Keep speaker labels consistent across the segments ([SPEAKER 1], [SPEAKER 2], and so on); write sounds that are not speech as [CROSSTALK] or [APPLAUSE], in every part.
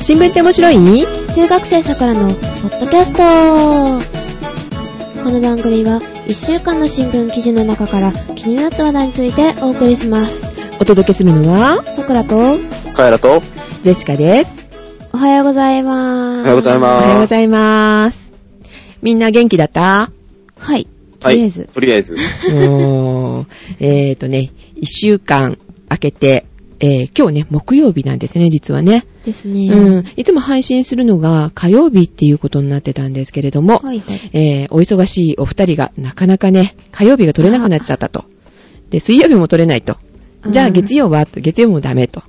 [SPEAKER 1] 新聞って面白い
[SPEAKER 2] 中学生さくらのポッドキャストこの番組は1週間の新聞記事の中から気になった話題についてお送りします
[SPEAKER 1] お届けするのは、
[SPEAKER 2] さくらと
[SPEAKER 3] カエラと、
[SPEAKER 1] ジェシカです。
[SPEAKER 2] おはようございます
[SPEAKER 3] おはようござい
[SPEAKER 1] お
[SPEAKER 3] ま
[SPEAKER 1] はようございます。みんな元気だった
[SPEAKER 2] すはいと
[SPEAKER 3] はい
[SPEAKER 2] りあえず、
[SPEAKER 3] とりあえず、
[SPEAKER 1] うーんえーとね、一週間明けて、えー今日ね、木曜日なんですね、実はね。
[SPEAKER 2] ですね、
[SPEAKER 1] うん。いつも配信するのが火曜日っていうことになってたんですけれども、
[SPEAKER 2] はいはい
[SPEAKER 1] えーお忙しいお二人がなかなかね、火曜日が取れなくなっちゃったと。で、水曜日も取れないと。じゃ
[SPEAKER 2] う
[SPEAKER 1] あ
[SPEAKER 2] ん
[SPEAKER 1] 月曜はと月曜もダメ
[SPEAKER 2] [LAUGHS]
[SPEAKER 1] と。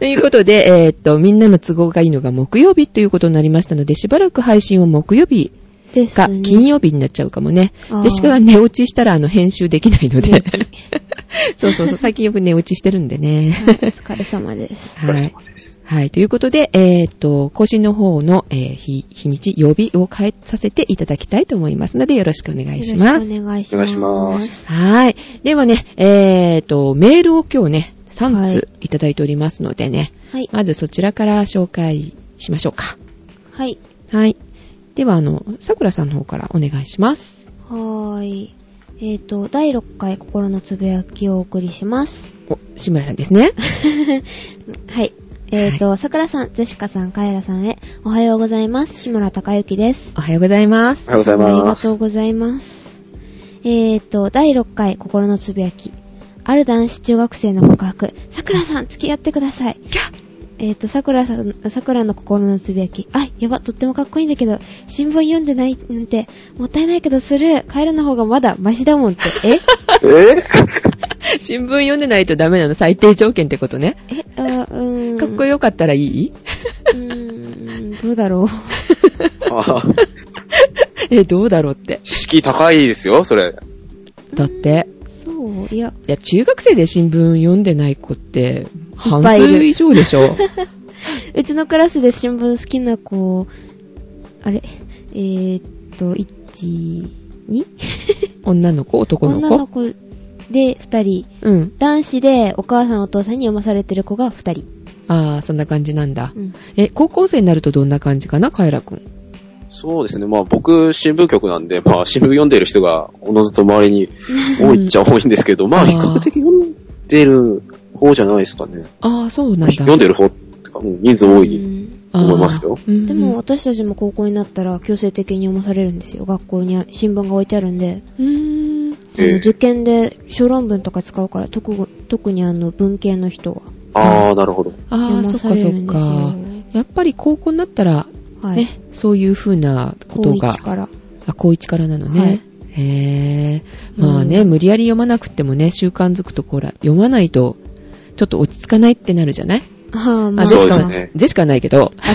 [SPEAKER 1] ということで、えーっと、みんなの都合がいいのが木曜日ということになりましたので、しばらく配信を木曜日
[SPEAKER 2] で
[SPEAKER 1] か
[SPEAKER 2] すね
[SPEAKER 1] 金曜日になっちゃうかもね。ジ
[SPEAKER 2] あー
[SPEAKER 1] ェシカが寝落ちしたら、あの、編集できないの
[SPEAKER 2] 寝
[SPEAKER 1] で
[SPEAKER 2] 落ち。
[SPEAKER 1] [LAUGHS] そうそうそう、最近よく寝落ちしてるんでね。
[SPEAKER 2] はいお疲れ様で
[SPEAKER 1] [LAUGHS]
[SPEAKER 2] す
[SPEAKER 3] お疲
[SPEAKER 1] はい。
[SPEAKER 3] れ様です。
[SPEAKER 1] はい。ということで、えーっと、更新の方の、えー日、日にち、曜日を変えさせていただきたいと思いますので、よろしくお願いしま
[SPEAKER 2] よろし
[SPEAKER 1] す。
[SPEAKER 2] くお願いし
[SPEAKER 3] お
[SPEAKER 2] ま
[SPEAKER 3] 願い
[SPEAKER 2] す
[SPEAKER 3] します。
[SPEAKER 1] はい。ではね、えーっと、メールを今日ね、3
[SPEAKER 2] はい
[SPEAKER 1] 通いただいておりますのでね、
[SPEAKER 2] はい
[SPEAKER 1] まずそちらから紹介しましょうか。
[SPEAKER 2] はい
[SPEAKER 1] はい。では、あの、桜さんの方からお願いします。
[SPEAKER 2] はーいえーと第6回心のつぶやきをお送りします
[SPEAKER 1] お、志村さんですね。
[SPEAKER 2] [LAUGHS] はい。えーと、さくらさん、ジェシカさん、カエラさんへ、おはようございます。志村隆之です。
[SPEAKER 1] おはようございます
[SPEAKER 3] お。はようござい
[SPEAKER 2] ありが
[SPEAKER 3] ます。
[SPEAKER 2] とうございます。えーと、第6回、心のつぶやき。ある男子中学生の告白。さくらさん、付き合ってください。
[SPEAKER 1] キャッ
[SPEAKER 2] えーと、さくらさん、さくらの心のつぶやき。あ、やば、とってもかっこいいんだけど、新聞読んでないなんて、もったいないけどする。カエラの方がまだマシだもんって。
[SPEAKER 3] [LAUGHS]
[SPEAKER 2] え
[SPEAKER 3] え
[SPEAKER 1] 新聞読んでないとダメなの、最低条件ってことね。
[SPEAKER 2] えあ、うーん。
[SPEAKER 1] かっこ
[SPEAKER 2] いい。
[SPEAKER 1] よかったらいい、 [LAUGHS]
[SPEAKER 2] うーん、どうだろう。
[SPEAKER 3] あ
[SPEAKER 1] え、どうだろうって。
[SPEAKER 3] 敷居高いですよ、それ。
[SPEAKER 1] だって、
[SPEAKER 2] そう、いや、
[SPEAKER 1] いや、中学生で新聞読んでない子って、半
[SPEAKER 2] いっぱいい
[SPEAKER 1] 数
[SPEAKER 2] る
[SPEAKER 1] 以上でしょ。
[SPEAKER 2] うちのクラスで新聞好きな子、あれえー、っと、1、2?
[SPEAKER 1] 女の子、男の
[SPEAKER 2] 女
[SPEAKER 1] 子。
[SPEAKER 2] の子で2人。
[SPEAKER 1] うん。
[SPEAKER 2] 男子でお母さんお父さんに読まされてる子が2人。
[SPEAKER 1] ああ、そんな感じなんだ。
[SPEAKER 2] うん。
[SPEAKER 1] え、高校生になるとどんな感じかな、カエラくん。
[SPEAKER 3] そうですね、まあ僕、新聞局なんで、まあ新聞読んでる人が、おのずと周りに多いっちゃ多いんですけど、ま
[SPEAKER 1] あ
[SPEAKER 3] あ
[SPEAKER 1] ー
[SPEAKER 3] 比較的読んでる方じゃないですかね。
[SPEAKER 1] ああ、そうなんだ。
[SPEAKER 3] 読んでる方ってか、うん人数多
[SPEAKER 2] う
[SPEAKER 3] い。
[SPEAKER 2] ん
[SPEAKER 1] あー
[SPEAKER 3] 思いますよ。
[SPEAKER 1] うん
[SPEAKER 2] でも、私たちも高校になったら強制的に読まされるんですよ。学校に新聞が置いてあるんで。
[SPEAKER 1] うーん。
[SPEAKER 2] あの
[SPEAKER 3] ええ
[SPEAKER 2] 受験で小論文とか使うから、特に特にあの文系の人は
[SPEAKER 3] ああ、なるほど。
[SPEAKER 1] ああ、
[SPEAKER 2] 読
[SPEAKER 1] そ
[SPEAKER 2] ま
[SPEAKER 1] っ
[SPEAKER 2] さ
[SPEAKER 1] か
[SPEAKER 2] れ
[SPEAKER 1] そ
[SPEAKER 2] るん
[SPEAKER 1] っ
[SPEAKER 2] ですよ。
[SPEAKER 1] か。やっぱり高校になったら、
[SPEAKER 2] はい。
[SPEAKER 1] ね、そういう風なこ
[SPEAKER 2] 高
[SPEAKER 1] とが
[SPEAKER 2] 1から。
[SPEAKER 1] あ、高1からなのね。
[SPEAKER 2] はい
[SPEAKER 1] へー。まあね、
[SPEAKER 2] うん
[SPEAKER 1] 無理やり読まなくってもね、習慣づくところ、読まないと、ちょっと落ち着かないってなるじゃない
[SPEAKER 2] ああ、ま
[SPEAKER 1] あ、
[SPEAKER 2] あ、
[SPEAKER 1] ジェシ
[SPEAKER 3] そう
[SPEAKER 1] カ
[SPEAKER 3] です
[SPEAKER 1] は、
[SPEAKER 3] ね
[SPEAKER 1] ジェシカは [LAUGHS] ないけど。
[SPEAKER 2] あ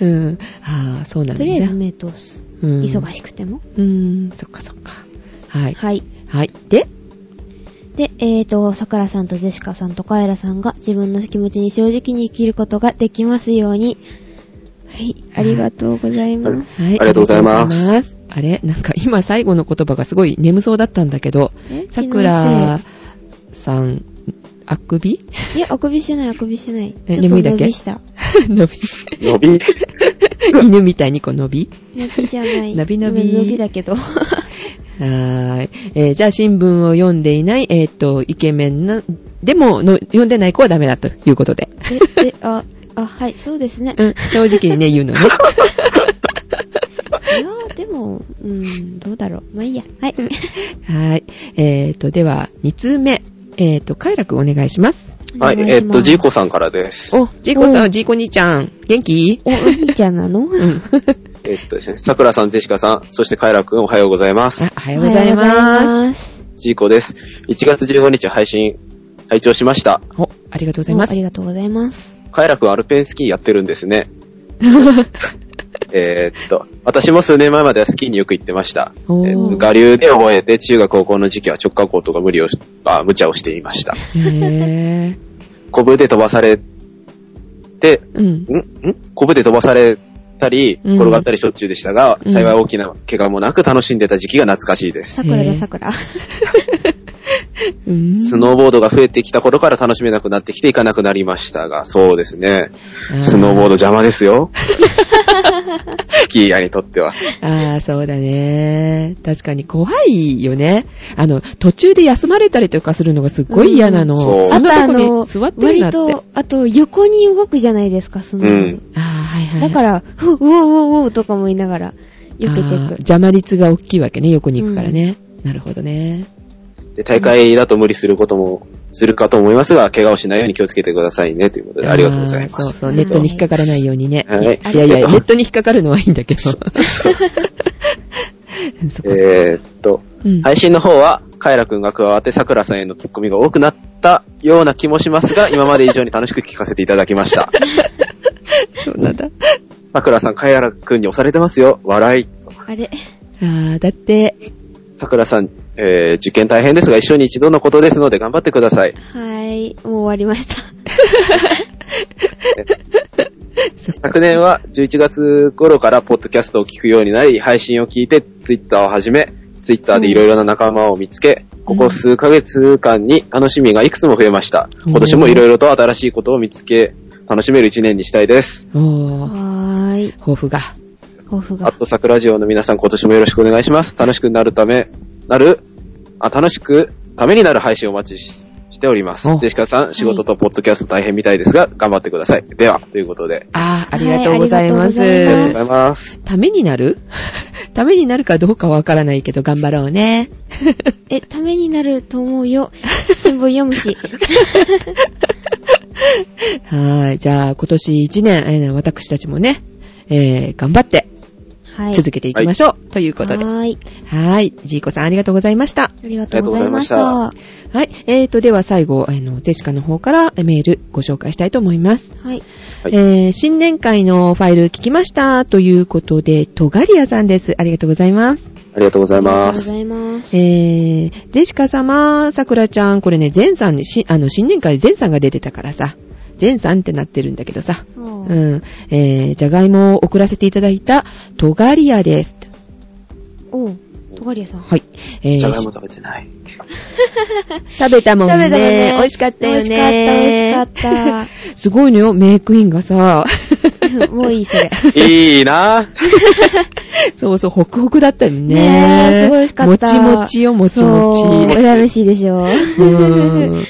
[SPEAKER 2] れ
[SPEAKER 1] うん。ああ、そうなんだ、
[SPEAKER 2] と
[SPEAKER 1] ね。
[SPEAKER 2] りあえず目通す。
[SPEAKER 1] うん、
[SPEAKER 2] 忙しくても。
[SPEAKER 1] うん、そっかそっか。はい。
[SPEAKER 2] はい。
[SPEAKER 1] はい。で、
[SPEAKER 2] で、えーと、さくらさんとジェシカさんとカエラさんが自分の気持ちに正直に生きることができますように。はい。ありがとうございます。
[SPEAKER 1] はい。
[SPEAKER 3] ありがとうございます
[SPEAKER 1] ありがとうございます。あれなんか今最後の言葉がすごい眠そうだったんだけど、
[SPEAKER 2] え
[SPEAKER 1] さくらさん、あくび [LAUGHS]
[SPEAKER 2] 気のせいいや、あくびしてない、あくびしてない。
[SPEAKER 1] え
[SPEAKER 2] ちょっと
[SPEAKER 1] 眠いだけ
[SPEAKER 2] 伸びした。
[SPEAKER 1] 伸び、 [LAUGHS]
[SPEAKER 3] 伸び、
[SPEAKER 1] 犬みたいにこう伸び
[SPEAKER 2] 伸びじゃ
[SPEAKER 1] [LAUGHS]
[SPEAKER 2] ない。
[SPEAKER 1] なびなび
[SPEAKER 2] うん伸びだけど。
[SPEAKER 1] は
[SPEAKER 2] [LAUGHS]
[SPEAKER 1] ーい。えーじゃあ、新聞を読んでいない、えーっ、と、イケメンな、でもの、読んでない子はダメだということで。
[SPEAKER 2] え、え、あ、あ、はい、そうですね。い
[SPEAKER 1] うん、 [LAUGHS] 正直にね、言うの
[SPEAKER 3] [LAUGHS]
[SPEAKER 1] ね。
[SPEAKER 2] やー、でも、うん、どうだろう。まあいいや。はい。
[SPEAKER 1] はーい。えーっ、と、では、2通目。えーっ、と、カイラくんお願いします。
[SPEAKER 3] はい、えっと、ジーコさんからです。
[SPEAKER 1] お、ジーコさん、ジーコ兄ちゃん、元気
[SPEAKER 2] お、お兄ちゃんなの。
[SPEAKER 1] うん。
[SPEAKER 3] えっとですね、桜さん、ジェシカさん、そしてカエラくん、おはようございます
[SPEAKER 1] あ。おはようございます
[SPEAKER 3] ジーコです。1月15日配信、拝聴しました。
[SPEAKER 1] す。お、ありがとうご
[SPEAKER 2] ご
[SPEAKER 1] ざいま
[SPEAKER 2] あり
[SPEAKER 1] す。
[SPEAKER 2] がとうございます。
[SPEAKER 3] カエラくんアルペンスキーやってるんですね。えーっと、私も数年前まではスキーによく行ってました。え
[SPEAKER 1] おー
[SPEAKER 3] ー我流で覚えて、中学高校の時期は直下校とか無理をし、あ、無茶をしていました。
[SPEAKER 1] へー。
[SPEAKER 3] コブで飛ばされて、
[SPEAKER 1] うん。
[SPEAKER 3] んんコブで飛ばされたり、
[SPEAKER 1] うん
[SPEAKER 3] 転がったりしょっちゅうでしたが、
[SPEAKER 1] うん
[SPEAKER 3] 幸い大きな怪我もなく楽しんでた時期が懐かしいです。
[SPEAKER 2] さくら
[SPEAKER 1] へ
[SPEAKER 2] だ、
[SPEAKER 1] ー
[SPEAKER 2] さくら。
[SPEAKER 1] うん
[SPEAKER 3] スノーボードが増えてきた頃から楽しめなくなってきていかなくなりましたが、そうですね。スノーボード邪魔で
[SPEAKER 1] [LAUGHS]
[SPEAKER 3] すよ。スキーヤーにとっては。
[SPEAKER 1] ああ、そうだね。確かに怖いよね。あの、途中で休まれたりとかするのがすっごい嫌なの。
[SPEAKER 3] うんそう
[SPEAKER 1] あん
[SPEAKER 2] あと
[SPEAKER 1] な
[SPEAKER 2] あ
[SPEAKER 1] とこ
[SPEAKER 2] の
[SPEAKER 1] に座、ってるな
[SPEAKER 2] 割
[SPEAKER 1] って。あ
[SPEAKER 2] と、あと横に動くじゃないですか、スノーボード
[SPEAKER 3] う
[SPEAKER 1] あー、はいはい。、
[SPEAKER 2] だからら、ふうおうおうおうとかも言いながら、避けていく。
[SPEAKER 1] 邪魔率が大きいわけね、横に行くからね。なるほどね。
[SPEAKER 3] で大会だと無理することも、するかと思いますが、怪我をしないように気をつけてくださいね、ということで、ありがとうございま
[SPEAKER 1] あーそう
[SPEAKER 3] す。
[SPEAKER 1] そう、ネットに引っかからないようにね。
[SPEAKER 3] はい
[SPEAKER 1] いやいや、
[SPEAKER 3] えっと
[SPEAKER 1] ネットに引っかかるのはいいんだけ
[SPEAKER 3] [LAUGHS]
[SPEAKER 1] ど。そ [LAUGHS] こそこ。
[SPEAKER 3] えーっと、
[SPEAKER 1] うん
[SPEAKER 3] 配信の方は、カイラくんが加わって、さくらさんへのツッコミが多くなったような気もします
[SPEAKER 1] [LAUGHS]
[SPEAKER 3] が、今まで以上に楽しく聞かせていただきました。
[SPEAKER 1] そうなんだ。
[SPEAKER 3] さくらさん、カイラくんに押されてますよ。笑い。
[SPEAKER 2] あれ、
[SPEAKER 1] あーだって、
[SPEAKER 3] さくらさん、えー、受験大変ですが、一生に一度のことですので頑張ってください。
[SPEAKER 2] はーい、もう終わりました。
[SPEAKER 1] そっか
[SPEAKER 3] 昨年は11月頃からポッドキャストを聞くようになり、配信を聞いてツイッターを始め、ツイッターでいろいろな仲間を見つけ、ここ数ヶ月間に楽しみがいくつも増えました。
[SPEAKER 1] うん
[SPEAKER 3] 今年もいろいろと新しいことを見つけ、楽しめる一年にしたいです。
[SPEAKER 1] お
[SPEAKER 2] は
[SPEAKER 1] ー、
[SPEAKER 2] ーい、
[SPEAKER 1] 抱負が。
[SPEAKER 2] 抱負
[SPEAKER 3] あ
[SPEAKER 2] が。
[SPEAKER 3] と桜ジオの皆さん今年もよろしくお願いします。楽しくなるため、なる、あ、楽しく、ためになる配信をお待ちししております。ジ
[SPEAKER 1] お
[SPEAKER 3] ェシカさん、仕事とポッドキャスト大変みたいですが、頑張ってください。では、ということで。
[SPEAKER 1] あーありがとうございます。
[SPEAKER 2] はいあり
[SPEAKER 3] あり
[SPEAKER 2] が
[SPEAKER 3] が
[SPEAKER 2] と
[SPEAKER 3] とう
[SPEAKER 2] うご
[SPEAKER 3] ござ
[SPEAKER 2] ざ
[SPEAKER 3] います。
[SPEAKER 1] ためになる [LAUGHS] ためになるかどうかわからないけど頑張ろうね。
[SPEAKER 2] え、ためになると思うよ。新聞読む
[SPEAKER 1] [LAUGHS]
[SPEAKER 2] し。
[SPEAKER 1] はい。じゃあ、今年1年、えー私たちもね、えー頑張って
[SPEAKER 2] はい。
[SPEAKER 1] 続けていきましょう。ということで。
[SPEAKER 2] はーい、
[SPEAKER 1] はい。ジーコさんありがとうございました。
[SPEAKER 2] ありがとうございまし
[SPEAKER 3] ありがとうござい
[SPEAKER 2] た。
[SPEAKER 1] はい。えーと、では最後、あの、ジェシカの方からえーメールご紹介したいと思います。
[SPEAKER 2] はい。
[SPEAKER 3] はい
[SPEAKER 1] えー新年会のファイル聞きました。ということで、トガリアさんです。ありがとうございます。
[SPEAKER 3] ありがとうございま
[SPEAKER 2] あ
[SPEAKER 3] す。
[SPEAKER 2] りがとうございます。
[SPEAKER 1] えー、ジェシカ様、さくらちゃん、これね、ゼンさんにし、あの、新年会ゼンさんが出てたからさ、ゼンさんってなってるんだけどさ、
[SPEAKER 2] お
[SPEAKER 1] う
[SPEAKER 2] ー
[SPEAKER 1] ん、えー、じゃがいもを送らせていただいた、トガリアです。
[SPEAKER 2] おう、とがりやさん。
[SPEAKER 1] はい。えー
[SPEAKER 3] じゃがいも食べてない。
[SPEAKER 1] 食べたもんね。
[SPEAKER 2] 食べたもんね
[SPEAKER 1] 美味しかったよね。
[SPEAKER 2] 美味しかった、美味しか
[SPEAKER 1] っ
[SPEAKER 2] っ
[SPEAKER 1] た。 [LAUGHS] すごいのよ、メイクインがさ、 [LAUGHS]
[SPEAKER 2] た。 [LAUGHS] もういい、それ。
[SPEAKER 3] いいなぁ。
[SPEAKER 1] そうそう、ホクホクだったよね。
[SPEAKER 2] ねえすごい美味しかった
[SPEAKER 1] もちもちよ、もちもち。
[SPEAKER 2] そう、羨ましいでしょ。
[SPEAKER 1] うーん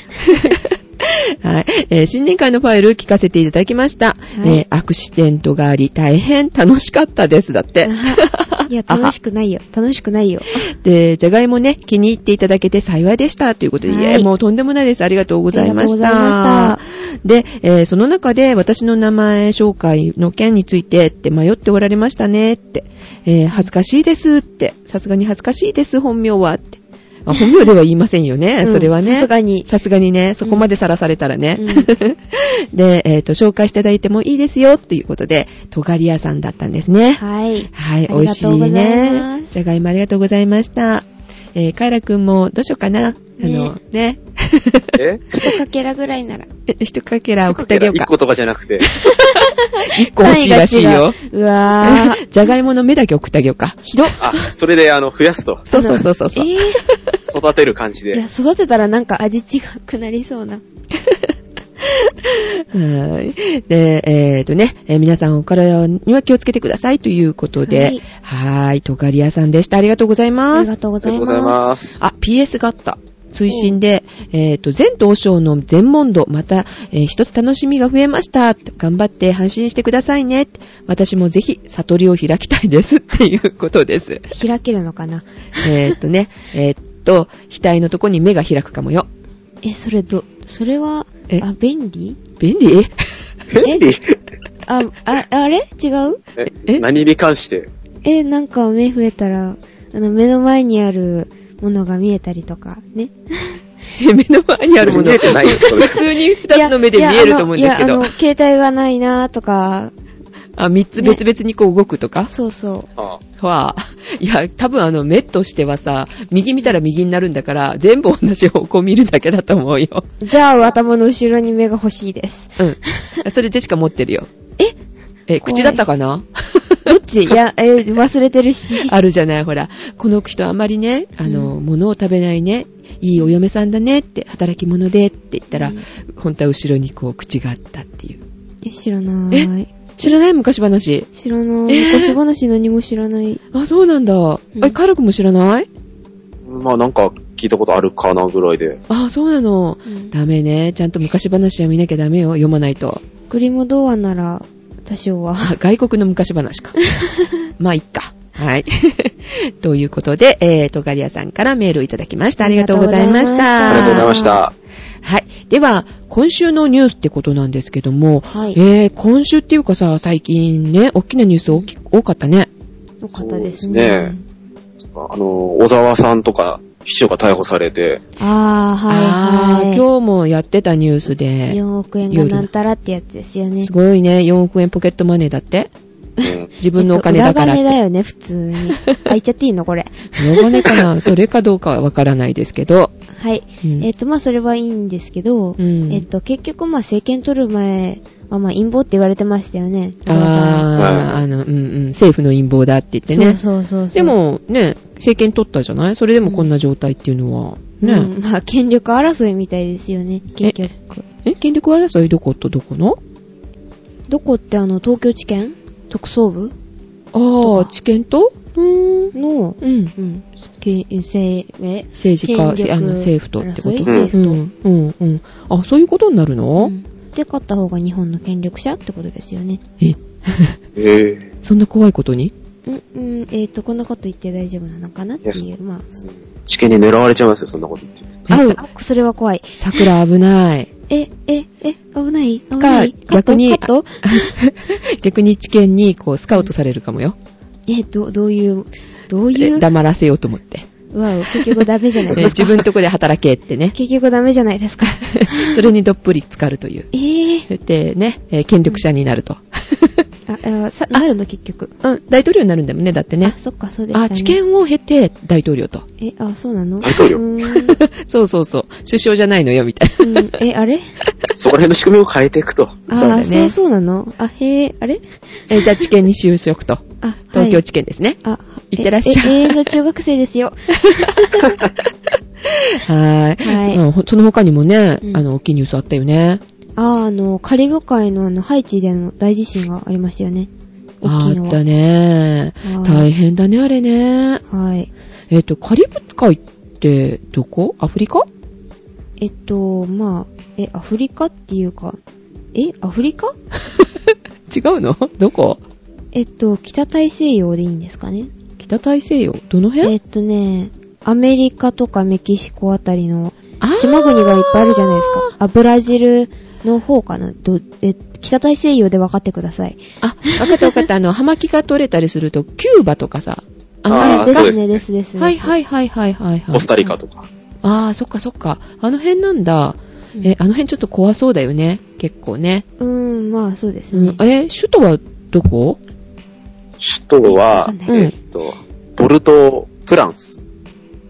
[SPEAKER 1] はい。えー新年会のファイル聞かせていただきました。え
[SPEAKER 2] い
[SPEAKER 1] ーアクシデントがあり、大変楽しかったです。だって。
[SPEAKER 2] [LAUGHS] いや、楽しくないよ。楽しくないよ。
[SPEAKER 1] で、じゃがいもね、気に入っていただけて幸いでした。ということで、
[SPEAKER 2] はい
[SPEAKER 1] い、え、もうとんでもないです。ありがとうございました。
[SPEAKER 2] あ
[SPEAKER 1] で、えーその中で私の名前紹介の件についてって迷っておられましたねって、えー恥ずかしいですって、さすがに恥ずかしいです、本名はって。あ本名では言いませんよね、それはね。
[SPEAKER 2] うんさすがに。
[SPEAKER 1] さすがにね、そこまでさらされたらね。
[SPEAKER 2] うん
[SPEAKER 1] [LAUGHS] で、えっ、と、紹介していただいてもいいですよ、ということで、トガリ屋さんだったんですね。
[SPEAKER 2] はい。
[SPEAKER 1] はい、美
[SPEAKER 2] あり
[SPEAKER 1] 味
[SPEAKER 2] が
[SPEAKER 1] し
[SPEAKER 2] とうござ
[SPEAKER 1] い
[SPEAKER 2] います
[SPEAKER 1] ね。じゃがいもありがとうございました。えー、カイラくんもどうしようかな。あの、ね、 [LAUGHS]
[SPEAKER 3] え
[SPEAKER 2] 一かけらぐらいなら。
[SPEAKER 1] 一かけら送ってあげよう
[SPEAKER 3] 一
[SPEAKER 1] か。
[SPEAKER 3] 個とかじゃなくて、
[SPEAKER 1] 一個欲しいらしい [LAUGHS] よ。
[SPEAKER 2] うわー。
[SPEAKER 1] じゃがいもの芽だけ送ってあげようか。ひどっ。
[SPEAKER 3] あ、それで、あの、増やすと、
[SPEAKER 1] [LAUGHS] そうそうそうそうそう。
[SPEAKER 2] え
[SPEAKER 3] 育てる感じ
[SPEAKER 2] [LAUGHS] ー、いや、
[SPEAKER 3] で。
[SPEAKER 2] 育てたらなんか味違くなりそうな。
[SPEAKER 1] はい。で、えっ、とね、えー皆さんお体には気をつけてくださいということ
[SPEAKER 2] は
[SPEAKER 1] で
[SPEAKER 2] い、
[SPEAKER 1] はーい、トガリアさんでした。ありがとうござい
[SPEAKER 2] あ
[SPEAKER 1] ま
[SPEAKER 2] り
[SPEAKER 1] す
[SPEAKER 2] が。とうご
[SPEAKER 3] あ
[SPEAKER 2] ざ
[SPEAKER 3] り
[SPEAKER 2] い
[SPEAKER 3] がと
[SPEAKER 2] う
[SPEAKER 3] ござい
[SPEAKER 2] ま。
[SPEAKER 3] ますす。
[SPEAKER 1] あ、PS があった。推進で、えっ、と、全東証の全問答、また、えー一つ楽しみが増えました。頑張って配信してくださいね。私もぜひ、悟りを開きたいです。 [LAUGHS] っていうことです。
[SPEAKER 2] 開けるのかな
[SPEAKER 1] えっとね、えっと、額のとこに目が開くかもよ。
[SPEAKER 2] え、それど、それは、
[SPEAKER 1] え
[SPEAKER 2] あ、便利
[SPEAKER 1] 便利 [LAUGHS]
[SPEAKER 3] 便利
[SPEAKER 2] あ、あ、あれ違う
[SPEAKER 1] え
[SPEAKER 3] え何に関して
[SPEAKER 2] え、なんか目増えたら、あの、目の前にあるものが見えたりとか、ね。
[SPEAKER 1] え目の前にあるもの。
[SPEAKER 3] 見えてないよそれ
[SPEAKER 1] 普通に [LAUGHS] 二つの目で
[SPEAKER 2] いや
[SPEAKER 1] 見えると思うんですけ
[SPEAKER 2] いや、
[SPEAKER 1] ど
[SPEAKER 2] あの、。携帯がないなとか、
[SPEAKER 1] あ、三つ別々にこう動くとか
[SPEAKER 2] そうそう。
[SPEAKER 3] あ
[SPEAKER 1] は、いや、多分あの、目としてはさ、右見たら右になるんだから、全部同じ方向見るだけだと思うよ。
[SPEAKER 2] じゃあ、頭の後ろに目が欲しいです。
[SPEAKER 1] うん。 [LAUGHS] それジェシカ持ってるよ。
[SPEAKER 2] え
[SPEAKER 1] え、口だったかな [LAUGHS]
[SPEAKER 2] どっちいや、え、忘れてるし。
[SPEAKER 1] あるじゃない、ほら。この人あんまりね、あの、物を食べないね、いいお嫁さんだねって、働き者でって言ったら、
[SPEAKER 2] うん
[SPEAKER 1] 本当は後ろにこう口があったっていう。
[SPEAKER 2] え、知らない。
[SPEAKER 1] 知らない昔話。
[SPEAKER 2] 知らない。
[SPEAKER 1] えー
[SPEAKER 2] 昔話何も知らない。
[SPEAKER 1] あ、そうなんだ。
[SPEAKER 2] ん
[SPEAKER 1] え、カイラ君も知らない
[SPEAKER 3] まあなんか聞いたことあるかなぐらいで。
[SPEAKER 1] あ、そうなの。
[SPEAKER 2] うん
[SPEAKER 1] ダメね。ちゃんと昔話は見なきゃダメよ。読まないと。
[SPEAKER 2] グリム童話なら、多少は。
[SPEAKER 1] あ外国の昔話
[SPEAKER 2] [LAUGHS]
[SPEAKER 1] か。まあ、いっか。はい。 [LAUGHS] ということで、えー、とガリアさんからメールをいただきました。ありがとうございました。
[SPEAKER 3] あ
[SPEAKER 2] あ
[SPEAKER 3] りがとうございま
[SPEAKER 2] し
[SPEAKER 3] した。
[SPEAKER 1] はい。では、今週のニュースってことなんですけども、
[SPEAKER 2] はい。
[SPEAKER 1] えー、今週っていうかさ、最近ね、大きなニュース大き多かったね。
[SPEAKER 2] の方です
[SPEAKER 3] そうで
[SPEAKER 2] ね
[SPEAKER 3] す。あの、小沢さんとか、秘書が逮捕されて、
[SPEAKER 2] あー、はい
[SPEAKER 1] あ
[SPEAKER 2] は
[SPEAKER 1] ー
[SPEAKER 2] い。
[SPEAKER 1] 今日もやってたニュースで、
[SPEAKER 2] 4億円がなんたらってやつですよね。
[SPEAKER 1] すごいね、4億円ポケットマネーだって。
[SPEAKER 3] うん、
[SPEAKER 1] 自分のお金だからっ
[SPEAKER 2] えっと裏
[SPEAKER 1] て。
[SPEAKER 2] 金だよね、普通に。あ、言っちゃっていいのこれ。
[SPEAKER 1] [LAUGHS] 裏金かなそれかどうかはわからないですけど。
[SPEAKER 2] はい。
[SPEAKER 1] うん
[SPEAKER 2] えっと、まあ、それはいいんですけど、
[SPEAKER 1] うん
[SPEAKER 2] えっと、結局、まあ、政権取る前は、まあ、陰謀って言われてましたよね。
[SPEAKER 1] あー、
[SPEAKER 3] はい
[SPEAKER 1] あの、うんうん、政府の陰謀だって言ってね。
[SPEAKER 2] そうそうそうそう。
[SPEAKER 1] で、も、ね、政権取ったじゃないそれでもこんな状態っていうのは、ね。
[SPEAKER 2] うん、まあ、権力争いみたいですよね、結局。
[SPEAKER 1] え、権力争いどことどこの
[SPEAKER 2] どこって、あの、東京地検特捜部
[SPEAKER 1] ああ、知見とうーん。
[SPEAKER 2] の、
[SPEAKER 1] うん。
[SPEAKER 2] うん、け政え
[SPEAKER 1] 政治
[SPEAKER 2] 権力
[SPEAKER 1] 家、あの、政府とってこと
[SPEAKER 2] 争い
[SPEAKER 3] うん
[SPEAKER 2] 政府と。
[SPEAKER 1] うん、うん、うん。あ、そういうことになるの、
[SPEAKER 2] うんで、勝った方が日本の権力者ってことですよね。
[SPEAKER 1] え、 [LAUGHS]
[SPEAKER 3] ええ
[SPEAKER 1] そんな怖いことに
[SPEAKER 2] うん、うん、えっ、と、こんなこと言って大丈夫なのかなっていう、まあ。
[SPEAKER 3] 知見に狙われちゃいますよ、そんなこと言って。
[SPEAKER 1] え
[SPEAKER 2] あう
[SPEAKER 1] さ、
[SPEAKER 2] それは怖い。
[SPEAKER 1] 桜危ない。
[SPEAKER 2] え、え、え、危ない危ない
[SPEAKER 1] か
[SPEAKER 2] カット
[SPEAKER 1] 逆に
[SPEAKER 2] カット
[SPEAKER 1] [LAUGHS] 逆に知見に、こう、スカウトされるかもよ。
[SPEAKER 2] え、ど、どういう、どうい
[SPEAKER 1] で
[SPEAKER 2] う
[SPEAKER 1] 黙らせようと思
[SPEAKER 2] [LAUGHS]
[SPEAKER 1] って。
[SPEAKER 2] うわ結局ダメじゃない
[SPEAKER 1] ね
[SPEAKER 2] です
[SPEAKER 1] 自
[SPEAKER 2] か。
[SPEAKER 1] 分とこで働けってね。
[SPEAKER 2] 結局ダメじゃないですか。
[SPEAKER 1] [LAUGHS] それにどっぷり浸かるという。
[SPEAKER 2] えー、
[SPEAKER 1] でね、えー権力者になると。
[SPEAKER 2] あ、あさ、なるの結局。
[SPEAKER 1] うん、大統領になるんだもんね、だってね
[SPEAKER 2] あ、。そっか、そうでした、ね。
[SPEAKER 1] あ、知見を経て大統領と。 [LAUGHS]
[SPEAKER 2] え、あ、そうなの
[SPEAKER 3] 大統領
[SPEAKER 2] うーん
[SPEAKER 1] そうそうそう。首相じゃないのよ、みたいな。
[SPEAKER 2] うん、え、あれ
[SPEAKER 3] そこら辺の仕組みを変えていくと。
[SPEAKER 2] あ
[SPEAKER 1] そうだね
[SPEAKER 2] そうそうなのあ、へえ、あれ
[SPEAKER 1] えーじゃあ、知見に就職と。
[SPEAKER 2] あ、
[SPEAKER 1] 東京
[SPEAKER 2] 地
[SPEAKER 1] 地検ですね。
[SPEAKER 2] [LAUGHS] あ、はい
[SPEAKER 1] ってらっしゃい
[SPEAKER 2] ええ永遠の中学生ですよ。
[SPEAKER 1] はーい。
[SPEAKER 2] はい
[SPEAKER 1] そのほその他にもね、
[SPEAKER 2] うん
[SPEAKER 1] あの、大きいニュースあったよね。
[SPEAKER 2] あ、あの、カリブ海のあの、ハイチでの大地震がありましたよね。
[SPEAKER 1] あ
[SPEAKER 2] 大きい
[SPEAKER 1] あっ
[SPEAKER 2] のは。
[SPEAKER 1] たね。
[SPEAKER 2] はい
[SPEAKER 1] 大変だね、あれね。
[SPEAKER 2] はい。
[SPEAKER 1] えっ、と、カリブ海ってどこアフリカ
[SPEAKER 2] えっと、まあ、え、アフリカっていうか、え、アフリカ
[SPEAKER 1] 違うのどこ
[SPEAKER 2] えっと、北大西洋でいいんですかね
[SPEAKER 1] 北大西洋どの辺
[SPEAKER 2] えっとね、アメリカとかメキシコあたりの
[SPEAKER 1] あー
[SPEAKER 2] 島国がいっぱいあるじゃないですか。あ、ブラジルの方かなど、え、北大西洋で分かってください。
[SPEAKER 1] あ、わかったわかった。あの、葉巻が取れたりすると、キューバとかさ。あの
[SPEAKER 3] あー
[SPEAKER 1] 辺
[SPEAKER 2] で
[SPEAKER 1] が
[SPEAKER 3] そ
[SPEAKER 2] す
[SPEAKER 3] うです
[SPEAKER 2] ね、
[SPEAKER 3] ね
[SPEAKER 2] ですです。
[SPEAKER 1] はいはいはいはいはい、は
[SPEAKER 3] コ
[SPEAKER 1] い
[SPEAKER 3] ス。タリカとか。
[SPEAKER 1] ああ、そっかそっか。あの辺なんだ。
[SPEAKER 2] うん
[SPEAKER 1] え、あの辺ちょっと怖そうだよね。結構ね。
[SPEAKER 2] うーん、まあそうです
[SPEAKER 1] うん
[SPEAKER 2] ね。
[SPEAKER 1] え、首都はどこ
[SPEAKER 3] 首都は、
[SPEAKER 2] うん
[SPEAKER 3] えっと、ポルトプランス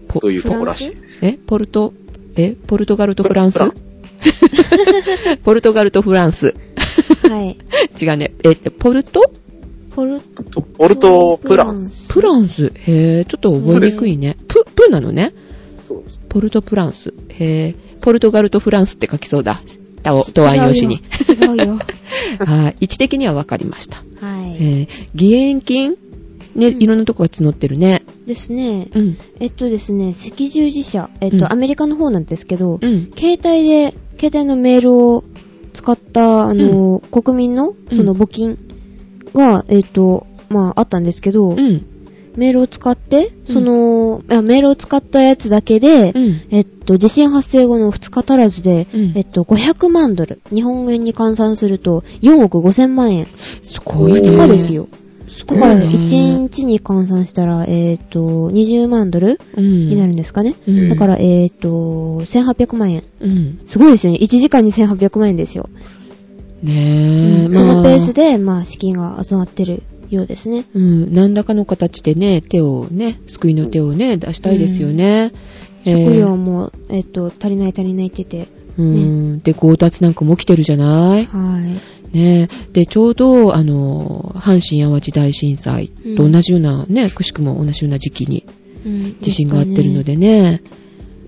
[SPEAKER 1] ポ
[SPEAKER 3] というとこらしいです。
[SPEAKER 1] え、ポルト、え、ポルトガルとフランス
[SPEAKER 3] プラン
[SPEAKER 1] ポルトガルとフランス。
[SPEAKER 2] はい。
[SPEAKER 1] 違うね。えっと、ポルト
[SPEAKER 2] ポル
[SPEAKER 3] とポルトプランス。
[SPEAKER 2] ス
[SPEAKER 1] プランス。へえ、ちょっと覚えにくいね。プ、プなのね。
[SPEAKER 3] そうです。
[SPEAKER 1] ポルトプランス。へえ、ポルトガルとフランスって書きそうだ。たを、答案用紙
[SPEAKER 2] [LAUGHS]
[SPEAKER 1] に。。
[SPEAKER 2] 違うよ違
[SPEAKER 1] [LAUGHS]
[SPEAKER 2] うよ。
[SPEAKER 1] はい。位置的にはわかりました。
[SPEAKER 2] はい。
[SPEAKER 1] えー、義援金ね、
[SPEAKER 2] うん
[SPEAKER 1] いろんなとこが募ってるね。
[SPEAKER 2] ですね。
[SPEAKER 1] うん。
[SPEAKER 2] えっとですね、赤十字社、えっと、
[SPEAKER 1] うん
[SPEAKER 2] アメリカの方なんですけど、
[SPEAKER 1] うん。
[SPEAKER 2] 携帯で、携帯のメールを使った、あの、国民の、その
[SPEAKER 1] うん
[SPEAKER 2] 募金が、えっと、まあ、あったんですけど、
[SPEAKER 1] うん。
[SPEAKER 2] メールを使って、その、あメールを使ったやつだけで、
[SPEAKER 1] うん。
[SPEAKER 2] えっと、地震発生後の2日足らずで、
[SPEAKER 1] うん
[SPEAKER 2] えっと、500万ドル、日本円に換算すると、4億5000万円、
[SPEAKER 1] す
[SPEAKER 3] お
[SPEAKER 1] ごい
[SPEAKER 3] ー
[SPEAKER 1] ね。
[SPEAKER 2] 2日ですよ。
[SPEAKER 1] ご
[SPEAKER 2] だ
[SPEAKER 1] いね。
[SPEAKER 2] から、1日に換算したら、えっと、20万ドルに
[SPEAKER 1] に
[SPEAKER 2] なるんですかね。
[SPEAKER 1] うん
[SPEAKER 2] だから、えっ、と、1800万円。
[SPEAKER 1] うん。
[SPEAKER 2] すごいですよね。1時間に1800万円ですよ。
[SPEAKER 1] ねえ、
[SPEAKER 2] そのペース
[SPEAKER 1] で。
[SPEAKER 2] で、まあ、資金が集まってるようですね。
[SPEAKER 1] うん、何らかの形でね、手をね、救いの手をね、出したいですよね。えー
[SPEAKER 2] 食料も、えっ、と、足りない足りないって言って。
[SPEAKER 1] うん。で、強奪なんかも起きてるじゃない
[SPEAKER 2] は
[SPEAKER 1] ねえ。で、ちょうど、あの、阪神淡路大震災と同じような、ね、くしくも同じような時期に
[SPEAKER 2] い。うん
[SPEAKER 1] 地震があってるの。でね。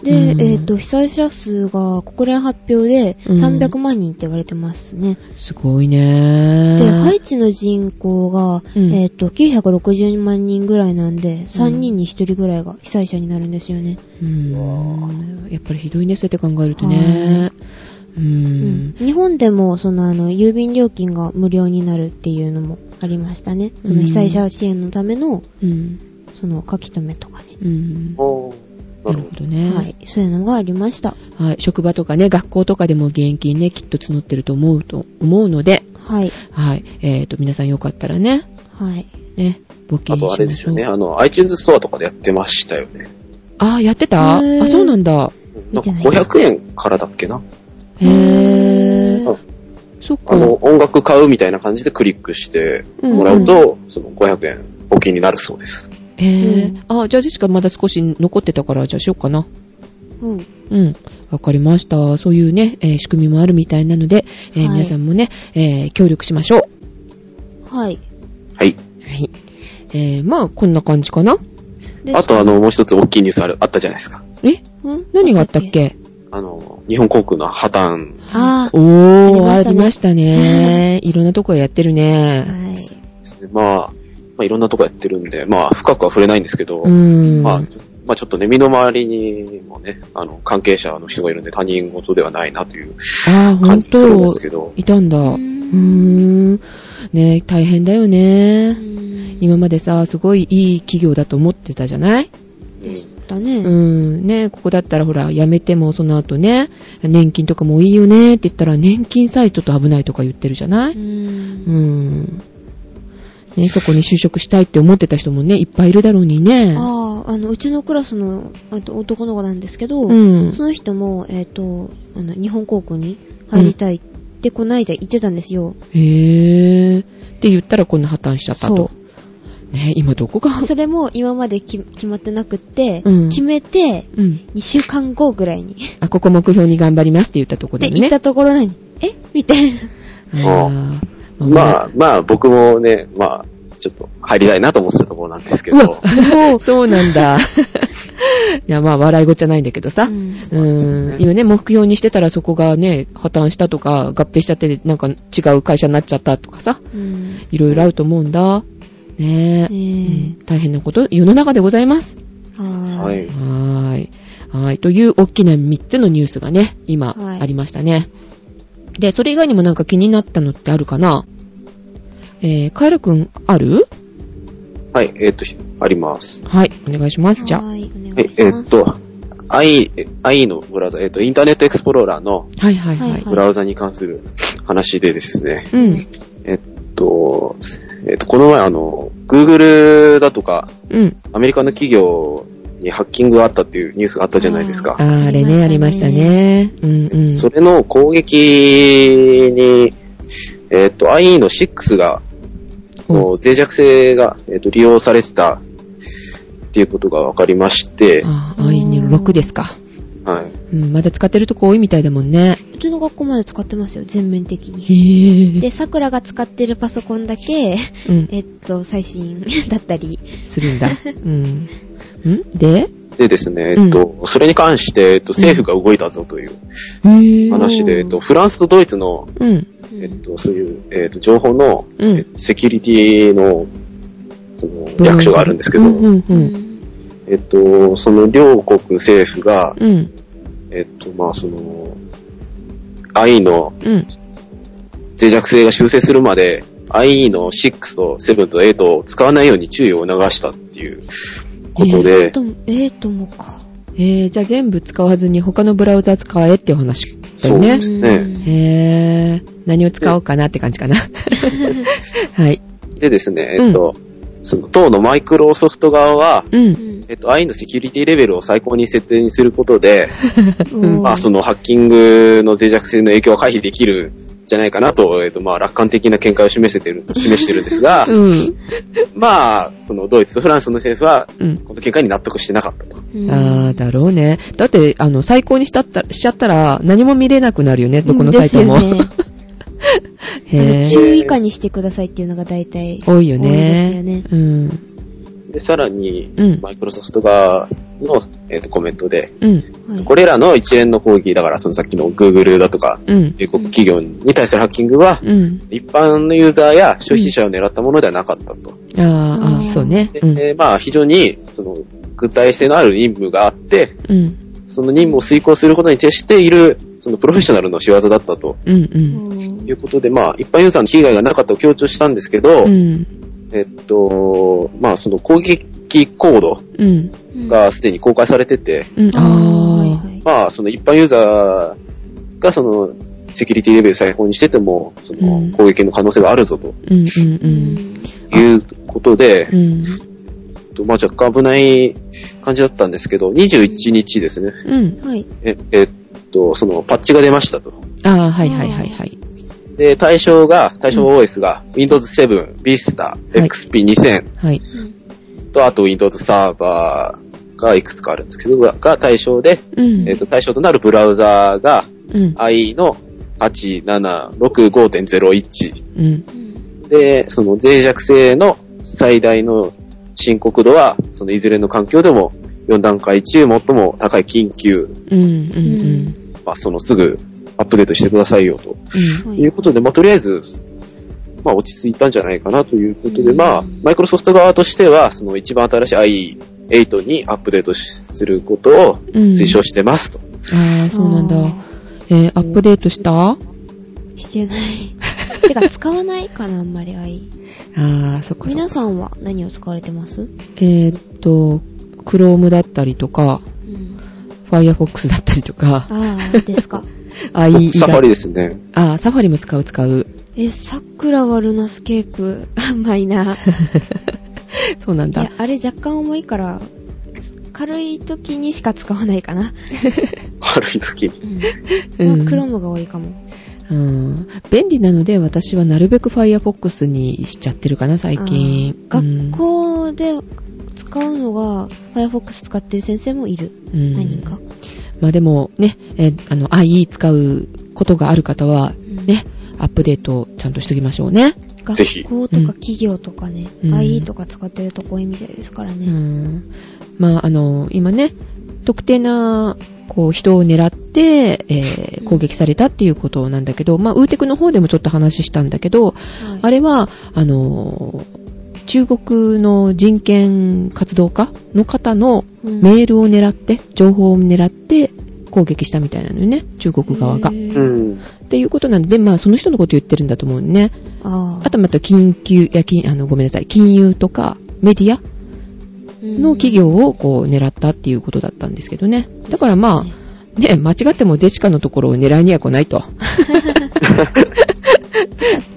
[SPEAKER 2] で、
[SPEAKER 1] うん
[SPEAKER 2] えっ、と、被災者数が国連発表で
[SPEAKER 1] うん
[SPEAKER 2] 300万人って言われてますね。
[SPEAKER 1] すごいね
[SPEAKER 2] で、ハイチの人口が、
[SPEAKER 1] うん
[SPEAKER 2] えっ、と、960万人ぐらいなんで、3人に1人ぐらいが被災者になるんですよね。
[SPEAKER 1] うん。やっぱりひどいね、そうやって考えるとね。う
[SPEAKER 2] うん
[SPEAKER 1] ん。
[SPEAKER 2] 日本でも、その、あの、郵便料金が無料になるっていうのもありましたね。そ
[SPEAKER 1] う
[SPEAKER 2] の
[SPEAKER 1] ん
[SPEAKER 2] 被災者支援のための、
[SPEAKER 1] うん。
[SPEAKER 2] その、書き留めとかね。
[SPEAKER 1] うん。な
[SPEAKER 3] おーなる
[SPEAKER 1] る
[SPEAKER 3] ほ
[SPEAKER 1] ほ
[SPEAKER 3] ど。
[SPEAKER 1] どね。
[SPEAKER 2] はい。そういうのがありました。
[SPEAKER 1] はい。職場とかね、学校とかでも現金ね、きっと募ってると思うと思うので、
[SPEAKER 2] はい。
[SPEAKER 1] はい。えっ、と、皆さんよかったらね、
[SPEAKER 2] はい。
[SPEAKER 1] ね、募金しましょう。
[SPEAKER 3] あとあれですよね、あの、iTunes ストアとかでやってましたよね。
[SPEAKER 1] あーやってたあ
[SPEAKER 2] へー、
[SPEAKER 1] そうなんだ。
[SPEAKER 2] 見
[SPEAKER 3] なんか
[SPEAKER 2] てない
[SPEAKER 3] 500円からだっけな。
[SPEAKER 1] へー。
[SPEAKER 3] あ
[SPEAKER 1] そっか。
[SPEAKER 3] あの、音楽買うみたいな感じでクリックしてもらうと、その500円募金になるそうです。
[SPEAKER 1] へえ、
[SPEAKER 2] うん
[SPEAKER 1] あ、じゃあジェシカまだ少し残ってたから、じゃあしようかな。
[SPEAKER 2] うん。
[SPEAKER 1] うん。わかりました。そういうね、えー仕組みもあるみたいなので、えー
[SPEAKER 2] はい
[SPEAKER 1] 皆さんもね、えー協力しましょ
[SPEAKER 2] はい。
[SPEAKER 3] はい。
[SPEAKER 1] う。はい。えー、まあ、こんな感じかな。
[SPEAKER 2] で
[SPEAKER 3] あとあの、もう一つ大きいニュースある、あったじゃないですか。
[SPEAKER 1] え
[SPEAKER 2] うん
[SPEAKER 1] 何があったっけ
[SPEAKER 3] あの、日本航空の破綻。
[SPEAKER 2] あ
[SPEAKER 1] おー、
[SPEAKER 2] あ
[SPEAKER 1] あ
[SPEAKER 2] り
[SPEAKER 1] り
[SPEAKER 2] ま
[SPEAKER 1] ましたね。
[SPEAKER 2] [LAUGHS]
[SPEAKER 1] いろんなとこやってる
[SPEAKER 2] あ。
[SPEAKER 1] ね。
[SPEAKER 2] はい。
[SPEAKER 3] ですねまあ、まあいろんなとこやってるんで、まあ深くは触れないんですけど、
[SPEAKER 1] うん。
[SPEAKER 3] まあ、ちょまあちょっとね、身の回りにもね、あの、関係者の人がいるんで他人事ではないなという
[SPEAKER 1] あー、ほ
[SPEAKER 3] 感
[SPEAKER 1] ん
[SPEAKER 3] じがするん
[SPEAKER 1] と
[SPEAKER 3] です、けど、
[SPEAKER 1] いたんだ。
[SPEAKER 2] う
[SPEAKER 1] うー
[SPEAKER 2] ー
[SPEAKER 1] ん。ね大変だよね。
[SPEAKER 2] うん
[SPEAKER 1] 今までさ、すごいいい企業だと思ってたじゃない
[SPEAKER 2] でしたね。
[SPEAKER 1] うん、ねここだったらほら、辞めてもその後ね、年金とかもいいよねって言ったら、年金さえちょっと危ないとか言ってるじゃな
[SPEAKER 2] う。
[SPEAKER 1] いうんん。ね、そこに就職したいって思ってた人もね、いっぱいいるだろうにね。
[SPEAKER 2] ああ、あの、うちのクラスのあと男の子なんですけど、
[SPEAKER 1] うん。
[SPEAKER 2] その人も、えっ、と、あの、日本航空に入りたいって、こないだ言ってたんですよ。
[SPEAKER 1] へー。って言ったらこんな破綻しちゃった
[SPEAKER 2] そ
[SPEAKER 1] と。ね今どこが。
[SPEAKER 2] それも今までき決まってなくって、
[SPEAKER 1] うん
[SPEAKER 2] 決めて、
[SPEAKER 1] うん。
[SPEAKER 2] 2週間後ぐらいに。
[SPEAKER 1] あ、ここ目標に頑張りますって言ったとこ
[SPEAKER 2] で、
[SPEAKER 1] ろで
[SPEAKER 2] 行っ
[SPEAKER 1] ね。
[SPEAKER 2] たところなに、え見て。
[SPEAKER 1] あー
[SPEAKER 3] まあ、まあ僕もね、まあ、ちょっと入りたいなと思ってたところなんですけ
[SPEAKER 1] う
[SPEAKER 3] ど、
[SPEAKER 1] わ [LAUGHS] そうなんだ。いや、まあ、笑い事じゃないんだけどさ。
[SPEAKER 2] う
[SPEAKER 1] うん
[SPEAKER 2] ん
[SPEAKER 1] ん今ね、目標にしてたらそこがね、破綻したとか、合併しちゃって、なんか違う会社になっちゃったとかさ、
[SPEAKER 2] うん。
[SPEAKER 1] いろいろあると思うんだ。ねえ、
[SPEAKER 2] ね
[SPEAKER 1] うん大変なこと、世の中でございます。
[SPEAKER 2] え。は
[SPEAKER 3] は
[SPEAKER 2] ーい。
[SPEAKER 3] い。
[SPEAKER 1] はーい。はーい。という大きな3つのニュースがね、今
[SPEAKER 2] はい
[SPEAKER 1] ありましたね。で、それ以外にもなんか気になったのってあるかなえー、カエルくんある
[SPEAKER 3] はい、えっ、と、あります。
[SPEAKER 1] はい、お願いします。じゃあ。
[SPEAKER 2] はい、お
[SPEAKER 3] は
[SPEAKER 2] 願
[SPEAKER 3] い
[SPEAKER 2] い、
[SPEAKER 3] え
[SPEAKER 2] し
[SPEAKER 3] っ、
[SPEAKER 2] ます。
[SPEAKER 3] と、IE、IE のブラウザ、えっ、と、インターネットエクスプローラーの
[SPEAKER 1] はいはいはい。
[SPEAKER 2] はい
[SPEAKER 3] ブラウザに関する話でですね、
[SPEAKER 1] うん。
[SPEAKER 3] えっと、えっと、この前あの、Google だとか、
[SPEAKER 1] うん。
[SPEAKER 3] アメリカの企業にハッキングがあったっていうニュースがあったじゃないですか。
[SPEAKER 1] あれね、
[SPEAKER 2] あ
[SPEAKER 1] あ
[SPEAKER 2] り
[SPEAKER 1] り
[SPEAKER 2] ま
[SPEAKER 1] ま
[SPEAKER 2] し
[SPEAKER 1] したた
[SPEAKER 2] ね
[SPEAKER 1] ね。うんうん。
[SPEAKER 3] それの攻撃に、えっと、IE の6が、
[SPEAKER 1] お
[SPEAKER 3] の脆弱性が、えっと、利用されてたっていうことが分かりまして、
[SPEAKER 1] ああ、いいね。6ですか。
[SPEAKER 3] はい。
[SPEAKER 1] うん、まだ使ってるとこ多いみたいだもんね。
[SPEAKER 2] うちの学校まで使ってますよ、全面的
[SPEAKER 1] へ
[SPEAKER 2] に。
[SPEAKER 1] ぇ
[SPEAKER 2] で、桜が使ってるパソコンだけ、
[SPEAKER 1] うん、
[SPEAKER 2] えっと、最新だったり。
[SPEAKER 1] するんだ。うん。んで
[SPEAKER 3] でですね、えっと、それに関して、えっと、政府が動いたぞという
[SPEAKER 1] へぇ
[SPEAKER 3] 話で、えっと、フランスとドイツの、
[SPEAKER 1] うん。
[SPEAKER 2] うん
[SPEAKER 3] えっと、そういう、えっと、情報の
[SPEAKER 1] うん。
[SPEAKER 3] セキュリティの、その、役所があるんですけど、
[SPEAKER 1] うんうん
[SPEAKER 2] う
[SPEAKER 1] うん。
[SPEAKER 2] ん
[SPEAKER 3] えっと、その両国政府が、
[SPEAKER 1] うん。
[SPEAKER 3] えっと、まあ、その、IE の
[SPEAKER 1] うん。
[SPEAKER 3] 脆弱性が修正するまで、IE の6と7と8を使わないように注意を促したっていうこと
[SPEAKER 2] えっ
[SPEAKER 3] で、
[SPEAKER 2] とも、えっともか。
[SPEAKER 1] えー、じゃあ全部使わずに他のブラウザ使えっていう話だよ
[SPEAKER 3] そう
[SPEAKER 1] ね
[SPEAKER 3] で。すね
[SPEAKER 2] うん
[SPEAKER 1] へぇ何を使おうかなって感じかな。 [LAUGHS] はい。
[SPEAKER 3] でですね、えっと、その、当のマイクロソフト側は、
[SPEAKER 1] う。
[SPEAKER 2] うんん
[SPEAKER 3] えっと、IE のセキュリティレベルを最高に設定にすることで、
[SPEAKER 2] [LAUGHS]
[SPEAKER 1] うん
[SPEAKER 3] まあ、そのハッキングの脆弱性の影響は回避できるんじゃないかなと、えっと、まあ、楽観的な見解を示せてる、示してるんですが、
[SPEAKER 1] [LAUGHS] うん。
[SPEAKER 3] まあ、その、ドイツとフランスの政府は、
[SPEAKER 1] うん。
[SPEAKER 3] この見解に納得してなかったと。
[SPEAKER 2] うん
[SPEAKER 1] ああ、だろうね。だって、あの、最高にしたった、しちゃったら、何も見れなくなるよね、どこのサイトも。
[SPEAKER 2] うん
[SPEAKER 1] [LAUGHS]
[SPEAKER 2] ですよねあ
[SPEAKER 1] へ
[SPEAKER 2] の
[SPEAKER 1] ぇ
[SPEAKER 2] 注意以下にしてくださいっていうのが大体。
[SPEAKER 1] 多いよね。
[SPEAKER 2] 多いですよね
[SPEAKER 1] うん。
[SPEAKER 3] で、さらに
[SPEAKER 1] うん、
[SPEAKER 3] マイクロソフトが、の、えっとコメントで、
[SPEAKER 1] うん。
[SPEAKER 2] はい
[SPEAKER 3] これらの一連の講義、だからそのさっきの Google だとか、
[SPEAKER 1] うん。
[SPEAKER 3] 米国企業に対するハッキングは、
[SPEAKER 1] うん。
[SPEAKER 3] 一般のユーザーや消費者を狙ったものではなかったと。
[SPEAKER 1] あーあ
[SPEAKER 2] う
[SPEAKER 1] ー、
[SPEAKER 2] ん
[SPEAKER 1] そうね
[SPEAKER 3] で。
[SPEAKER 1] うん。
[SPEAKER 3] えーまあ、非常に、その、具体性のある任務があって、
[SPEAKER 1] うん。
[SPEAKER 3] その任務を遂行することに徹している、そのプロフェッショナルの仕業だったと
[SPEAKER 1] うん。う。
[SPEAKER 2] うんん
[SPEAKER 3] いうことで、まあ、一般ユーザーの被害がなかったと強調したんですけど、
[SPEAKER 1] うん。
[SPEAKER 3] えっと、まあ、その攻撃コード
[SPEAKER 1] うん。
[SPEAKER 3] がすでに公開されてて、
[SPEAKER 1] うん。あ
[SPEAKER 2] ー
[SPEAKER 3] まあ、その一般ユーザーがその、セキュリティレベル最高にしてても、そ
[SPEAKER 1] うん
[SPEAKER 3] の、攻撃の可能性はあるぞと
[SPEAKER 1] ー。うん。うん。
[SPEAKER 3] いうことで、
[SPEAKER 1] うん。
[SPEAKER 3] えっとまあ若干危ない感じだったんですけど、21日ですね。
[SPEAKER 1] うん。
[SPEAKER 2] はい。
[SPEAKER 3] え、えっと、そのパッチが出ましたと。
[SPEAKER 1] ああ、はいはいはいはい。
[SPEAKER 3] で、対象が、対象 OS が Windows 7、Vista、XP2000
[SPEAKER 1] はい。
[SPEAKER 3] と、あと Windows サーバーがいくつかあるんですけど、がが対象で、
[SPEAKER 1] うん。
[SPEAKER 3] えっと、対象となるブラウザーが
[SPEAKER 1] うん。
[SPEAKER 3] i の876.5.01
[SPEAKER 1] うん。
[SPEAKER 3] で、その脆弱性の最大の深刻度は、そのいずれの環境でも4段階中最も高い緊急
[SPEAKER 1] うん。うん。うん。
[SPEAKER 3] まあ、そのすぐアップデートしてくださいよと
[SPEAKER 2] はい
[SPEAKER 3] いうことで、まあ、とりあえず、まあ、落ち着いたんじゃないかなということで、
[SPEAKER 2] うん
[SPEAKER 3] まあ、マイクロソフト側としては、その一番新しい i8 にアップデートしすることを
[SPEAKER 1] うん。
[SPEAKER 3] 推奨してますと。
[SPEAKER 1] ああ、そうなんだ。えー、アップデートしたあ
[SPEAKER 2] してない。 [LAUGHS] てか、使わないかな、あんまり愛。
[SPEAKER 1] あ、そっかそっか。
[SPEAKER 2] 皆さんは何を使われてます
[SPEAKER 1] えーっと、Chrome だったりとか、
[SPEAKER 2] うん。
[SPEAKER 1] Firefox だったりとか、
[SPEAKER 2] ああ、ですか。
[SPEAKER 1] IE だ
[SPEAKER 3] サファリですね。
[SPEAKER 1] ああ、サファリも使う使う。
[SPEAKER 2] え、桜はルナスケープ、 [LAUGHS] マイナー。
[SPEAKER 1] そうなん
[SPEAKER 2] いや
[SPEAKER 1] だ。、
[SPEAKER 2] あれ若干重いから、軽い時にしか使わないかな。
[SPEAKER 3] [LAUGHS] 悪い時に。
[SPEAKER 2] うん。まあ、クロムが多いかも。
[SPEAKER 1] うん。便利なので私はなるべく Firefox にしちゃってるかな、最近。
[SPEAKER 2] あ
[SPEAKER 1] う
[SPEAKER 2] ー
[SPEAKER 1] ん
[SPEAKER 2] 学校で使うのが、Firefox 使ってる先生もいる。
[SPEAKER 1] うん
[SPEAKER 2] 何人か。
[SPEAKER 1] まあでもね、えーあの、IE 使うことがある方は、
[SPEAKER 2] うん
[SPEAKER 1] ね、アップデートをちゃんとしときましょうね。
[SPEAKER 3] ぜひ
[SPEAKER 2] 学校とか企業とかね、
[SPEAKER 1] うん
[SPEAKER 2] IE とか使ってるとこ多いみたいですから
[SPEAKER 1] う
[SPEAKER 2] ね。
[SPEAKER 1] ん。まあ、あの、今ね、特定な、こう、人を狙って、えー
[SPEAKER 2] うん
[SPEAKER 1] 攻撃されたっていうことなんだけど、まあ、ウーテクの方でもちょっと話したんだけど、あ
[SPEAKER 2] れ
[SPEAKER 1] れは、あの、中国の人権活動家の方のメールを狙って、情報を狙って攻撃したみたいなのよね、中国側が。っ
[SPEAKER 3] うん。
[SPEAKER 1] ていうことなんで、まあ、その人のこと言ってるんだと思うね。
[SPEAKER 2] あ
[SPEAKER 1] あとまた、緊急、いや、金あの、ごめんなさい、金融とか、メディアの企業をこう狙ったっていうことだったんですけどね。だからまあ、ね、間違ってもジェシカのところを狙いには来ないと。
[SPEAKER 2] あ、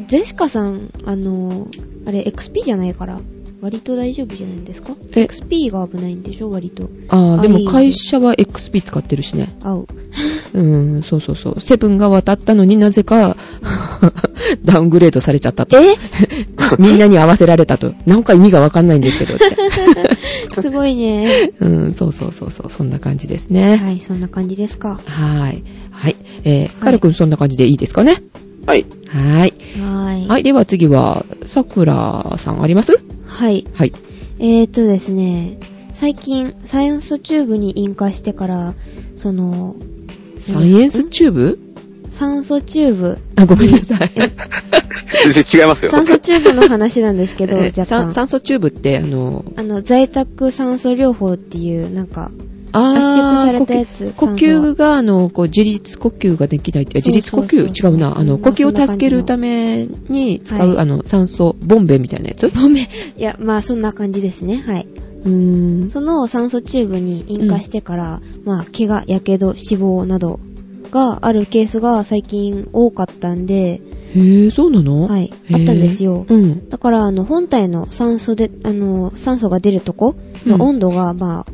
[SPEAKER 2] ゼシカさん、あの、あれ XP じゃないから、割と大丈夫じゃないですか
[SPEAKER 1] え、
[SPEAKER 2] ?XP が危ないんでしょ割と。
[SPEAKER 1] ああ、
[SPEAKER 2] あ
[SPEAKER 1] で
[SPEAKER 2] いい
[SPEAKER 1] も
[SPEAKER 2] ね
[SPEAKER 1] 会社は XP 使ってるしね。
[SPEAKER 2] 青。
[SPEAKER 1] うん、そうそうそう。セブンが渡ったのになぜか、 [LAUGHS] ダウングレードされちゃったと。
[SPEAKER 2] [LAUGHS]
[SPEAKER 1] [LAUGHS] みんなに合わせられたと。なんか意味がわかんないんですけど
[SPEAKER 2] [LAUGHS]
[SPEAKER 1] って。
[SPEAKER 2] すごいね。
[SPEAKER 1] うん、そうそうそうそう。そんな感じです
[SPEAKER 2] [LAUGHS] は
[SPEAKER 1] ね。
[SPEAKER 2] い、そんな感じですか。
[SPEAKER 1] はーい。はい。えー、カル君そんな感じでいいですかね。
[SPEAKER 3] はい。
[SPEAKER 1] はーい。
[SPEAKER 2] はい。
[SPEAKER 1] はい。では次は、さくらさんあります
[SPEAKER 2] はい。
[SPEAKER 1] はい。
[SPEAKER 2] えー、っとですね、最近、サイエンスチューブに引火してから、その、
[SPEAKER 1] サイエンスチューブ
[SPEAKER 2] 酸素チューブ、
[SPEAKER 1] あ、ごめんなさい。
[SPEAKER 3] 全然違いますよ。
[SPEAKER 2] 酸素チューブの話なんですけど、
[SPEAKER 1] [LAUGHS] え
[SPEAKER 2] 若
[SPEAKER 1] 酸
[SPEAKER 2] 干。
[SPEAKER 1] 酸素チューブって、あの、
[SPEAKER 2] あの、在宅酸素療法っていう、なんか、
[SPEAKER 1] あ
[SPEAKER 2] 圧縮さ
[SPEAKER 1] ー
[SPEAKER 2] れたやつ
[SPEAKER 1] 呼吸呼吸が、あの、こう、自律呼吸ができないって、
[SPEAKER 2] そ
[SPEAKER 1] 自
[SPEAKER 2] うそう
[SPEAKER 1] 律呼
[SPEAKER 2] そ
[SPEAKER 1] 吸
[SPEAKER 2] う
[SPEAKER 1] 違うな。あ
[SPEAKER 2] う
[SPEAKER 1] の、
[SPEAKER 2] ん
[SPEAKER 1] 呼吸
[SPEAKER 2] そんな
[SPEAKER 1] を
[SPEAKER 2] 感じの
[SPEAKER 1] 助けるために使う、
[SPEAKER 2] はい
[SPEAKER 1] あの、酸素、ボンベみたいなやつう
[SPEAKER 2] ごめん。いや、まあ、そんな感じですね。はい。
[SPEAKER 1] ーん。
[SPEAKER 2] その酸素チューブに引火してから、まあ、怪我、やけど、死亡などがあるケースが最近多かったんで、
[SPEAKER 1] へぇ、そうなの
[SPEAKER 2] はい
[SPEAKER 1] へー
[SPEAKER 2] あったんですよ
[SPEAKER 1] うん。
[SPEAKER 2] だから、あの、本体の酸素で、あの、酸素が出るとこ
[SPEAKER 1] うん
[SPEAKER 2] の温度が、まあ、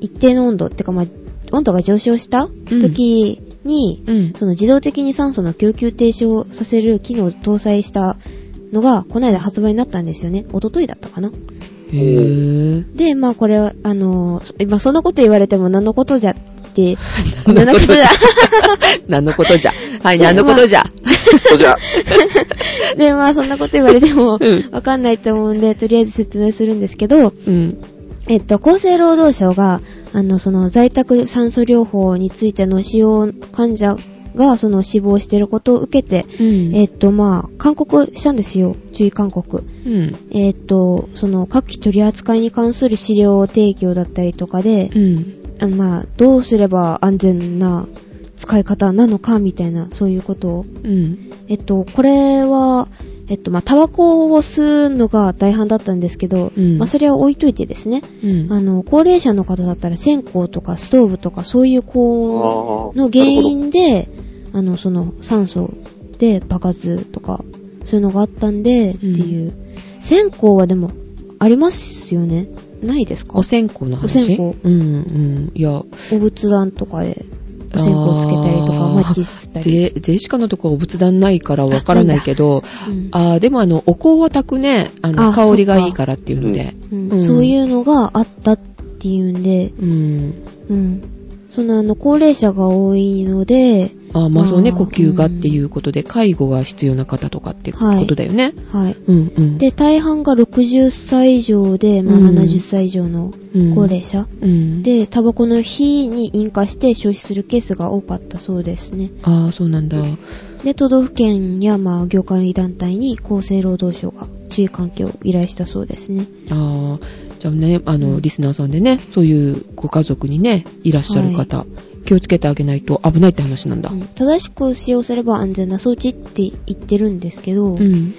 [SPEAKER 2] 一定の温度、ってか、まあ、温度が上昇した時に、
[SPEAKER 1] うん。
[SPEAKER 2] その自動的に酸素の供給停止をさせる機能を搭載したのが、この間発売になったんですよね。一昨日だったかな。
[SPEAKER 1] へぇ。
[SPEAKER 2] で、まあこれは、あのー、そ今そんなこと言われても何のことじゃって、
[SPEAKER 1] [LAUGHS] 何のことじゃ
[SPEAKER 2] 何
[SPEAKER 1] 何の
[SPEAKER 2] のこ
[SPEAKER 1] ことじ [LAUGHS] ゃ。はい、
[SPEAKER 2] で
[SPEAKER 1] 何のことじゃ。
[SPEAKER 3] こちら。
[SPEAKER 2] とじゃで、まあそんなこと言われて
[SPEAKER 1] う
[SPEAKER 2] も
[SPEAKER 1] ん
[SPEAKER 2] わかんないと思うんで、とりあえず説明するんですけど、
[SPEAKER 1] うん。
[SPEAKER 2] えっと、厚生労働省が、あの、その在宅酸素療法についての使用患者が、その死亡していることを受けて、
[SPEAKER 1] うん
[SPEAKER 2] えっと、まあ、勧告したんですよ。注意勧告。
[SPEAKER 1] うん。
[SPEAKER 2] えっと、その、各機取り扱いに関する資料提供だったりとかで、
[SPEAKER 1] うん。
[SPEAKER 2] あのまあ、どうすれば安全な使い方なのか、みたいな、そういうことを
[SPEAKER 1] うん。
[SPEAKER 2] えっと、これは、えっと、まあ、タバコを吸うのが大半だったんですけど、
[SPEAKER 1] うん
[SPEAKER 2] まあ、それは置いといてですね、
[SPEAKER 1] うん。
[SPEAKER 2] あの、高齢者の方だったら線香とかストーブとかそういう高
[SPEAKER 3] あ
[SPEAKER 2] 温
[SPEAKER 3] ー
[SPEAKER 2] の
[SPEAKER 3] な
[SPEAKER 2] 原
[SPEAKER 3] るほど
[SPEAKER 2] 因で、あの、その酸素で爆発とか、そういうのがあったんで、っていう。線香はでも、ありますよねないですか
[SPEAKER 1] お線香の話
[SPEAKER 2] お線香
[SPEAKER 1] うんうん。いや、
[SPEAKER 2] お仏壇とかで、お線香つけたりとか、
[SPEAKER 1] あー
[SPEAKER 2] マッチつったり。
[SPEAKER 1] ぜ、ゼシカのとこはお仏壇ないからわからないけど、
[SPEAKER 2] うん
[SPEAKER 1] あーでもあの、お香は炊くね、あの、
[SPEAKER 2] あ
[SPEAKER 1] 香りがいいからっていうので。
[SPEAKER 2] うん
[SPEAKER 1] うん
[SPEAKER 2] そういうのがあったっていうんで、
[SPEAKER 1] うん。
[SPEAKER 2] うん。そのあの、高齢者が多いので、
[SPEAKER 1] あーまあそうね、
[SPEAKER 2] あー
[SPEAKER 1] 呼吸がっていうことで、介護が必要な方とかってことだよね。
[SPEAKER 2] はい。
[SPEAKER 1] うんうん。、
[SPEAKER 2] で、大半が60歳以上で、まあ、
[SPEAKER 1] うん
[SPEAKER 2] 70歳以上の
[SPEAKER 1] うん、
[SPEAKER 2] 高齢者。
[SPEAKER 1] うん。
[SPEAKER 2] で、タバコの火に引火して消費するケースが多かったそうですね。
[SPEAKER 1] ああ、そうなんだ。
[SPEAKER 2] で、都道府県や、まあ、業界団体に厚生労働省が注意喚起を依頼したそうですね。
[SPEAKER 1] ああ、じゃあね、あの、
[SPEAKER 2] うん
[SPEAKER 1] リスナーさんでね、そういうご家族にね、いらっしゃる方、気をつけてあげないと危ないって話なんだ。
[SPEAKER 2] うん正しく使用すれば安全な装置って言ってるんですけど、
[SPEAKER 1] うん。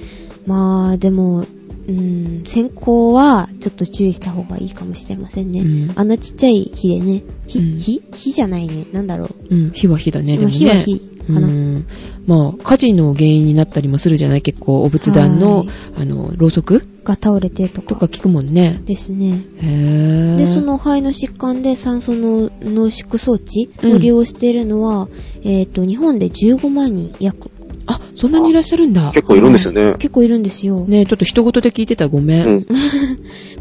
[SPEAKER 2] まあ、でも、うん、先行はちょっと注意した方がいいかもしれませんね。
[SPEAKER 1] うん
[SPEAKER 2] あんなちっちゃい火でね、火、
[SPEAKER 1] うん
[SPEAKER 2] 火火じゃないね。なんだろう。
[SPEAKER 1] うん、火は火だね、で
[SPEAKER 2] まあ
[SPEAKER 1] もね。
[SPEAKER 2] 火は火
[SPEAKER 1] う
[SPEAKER 2] かな。
[SPEAKER 1] ん。まあ、火事の原因になったりもするじゃない結構、お仏壇
[SPEAKER 2] は
[SPEAKER 1] の
[SPEAKER 2] い、
[SPEAKER 1] あの、ろうそく
[SPEAKER 2] が倒れてとか。
[SPEAKER 1] とか聞くもんね。
[SPEAKER 2] ですね。
[SPEAKER 1] へー
[SPEAKER 2] で、そ、の肺の疾患で酸素の濃縮装置
[SPEAKER 1] う
[SPEAKER 2] を
[SPEAKER 1] ん
[SPEAKER 2] 利用しているのは、えっ、と、日本で15万人約。
[SPEAKER 1] あ、そんなにいらっしゃるんだ。
[SPEAKER 3] 結構いるんですよね。
[SPEAKER 2] 結構いるんですよ。
[SPEAKER 1] ねちょっと人事で聞いてたらごめ。
[SPEAKER 3] うんん。
[SPEAKER 2] [LAUGHS]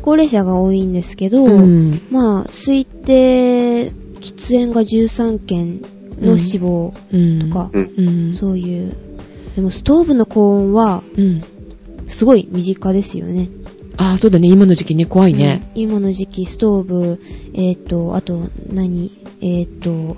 [SPEAKER 2] 高齢者が多いんですけど、
[SPEAKER 1] うん。
[SPEAKER 2] まあ、推定、喫煙が13件の死亡
[SPEAKER 1] うん。
[SPEAKER 2] とか、
[SPEAKER 3] うん。
[SPEAKER 1] うん。
[SPEAKER 2] そういう。でもストーブの高温は、
[SPEAKER 1] うん。
[SPEAKER 2] すごい身近ですよね。
[SPEAKER 1] ああ、そうだね、今の時期ね、怖いね。
[SPEAKER 2] うん今の時期、ストーブ、えっ、と、あと、何えっ、と、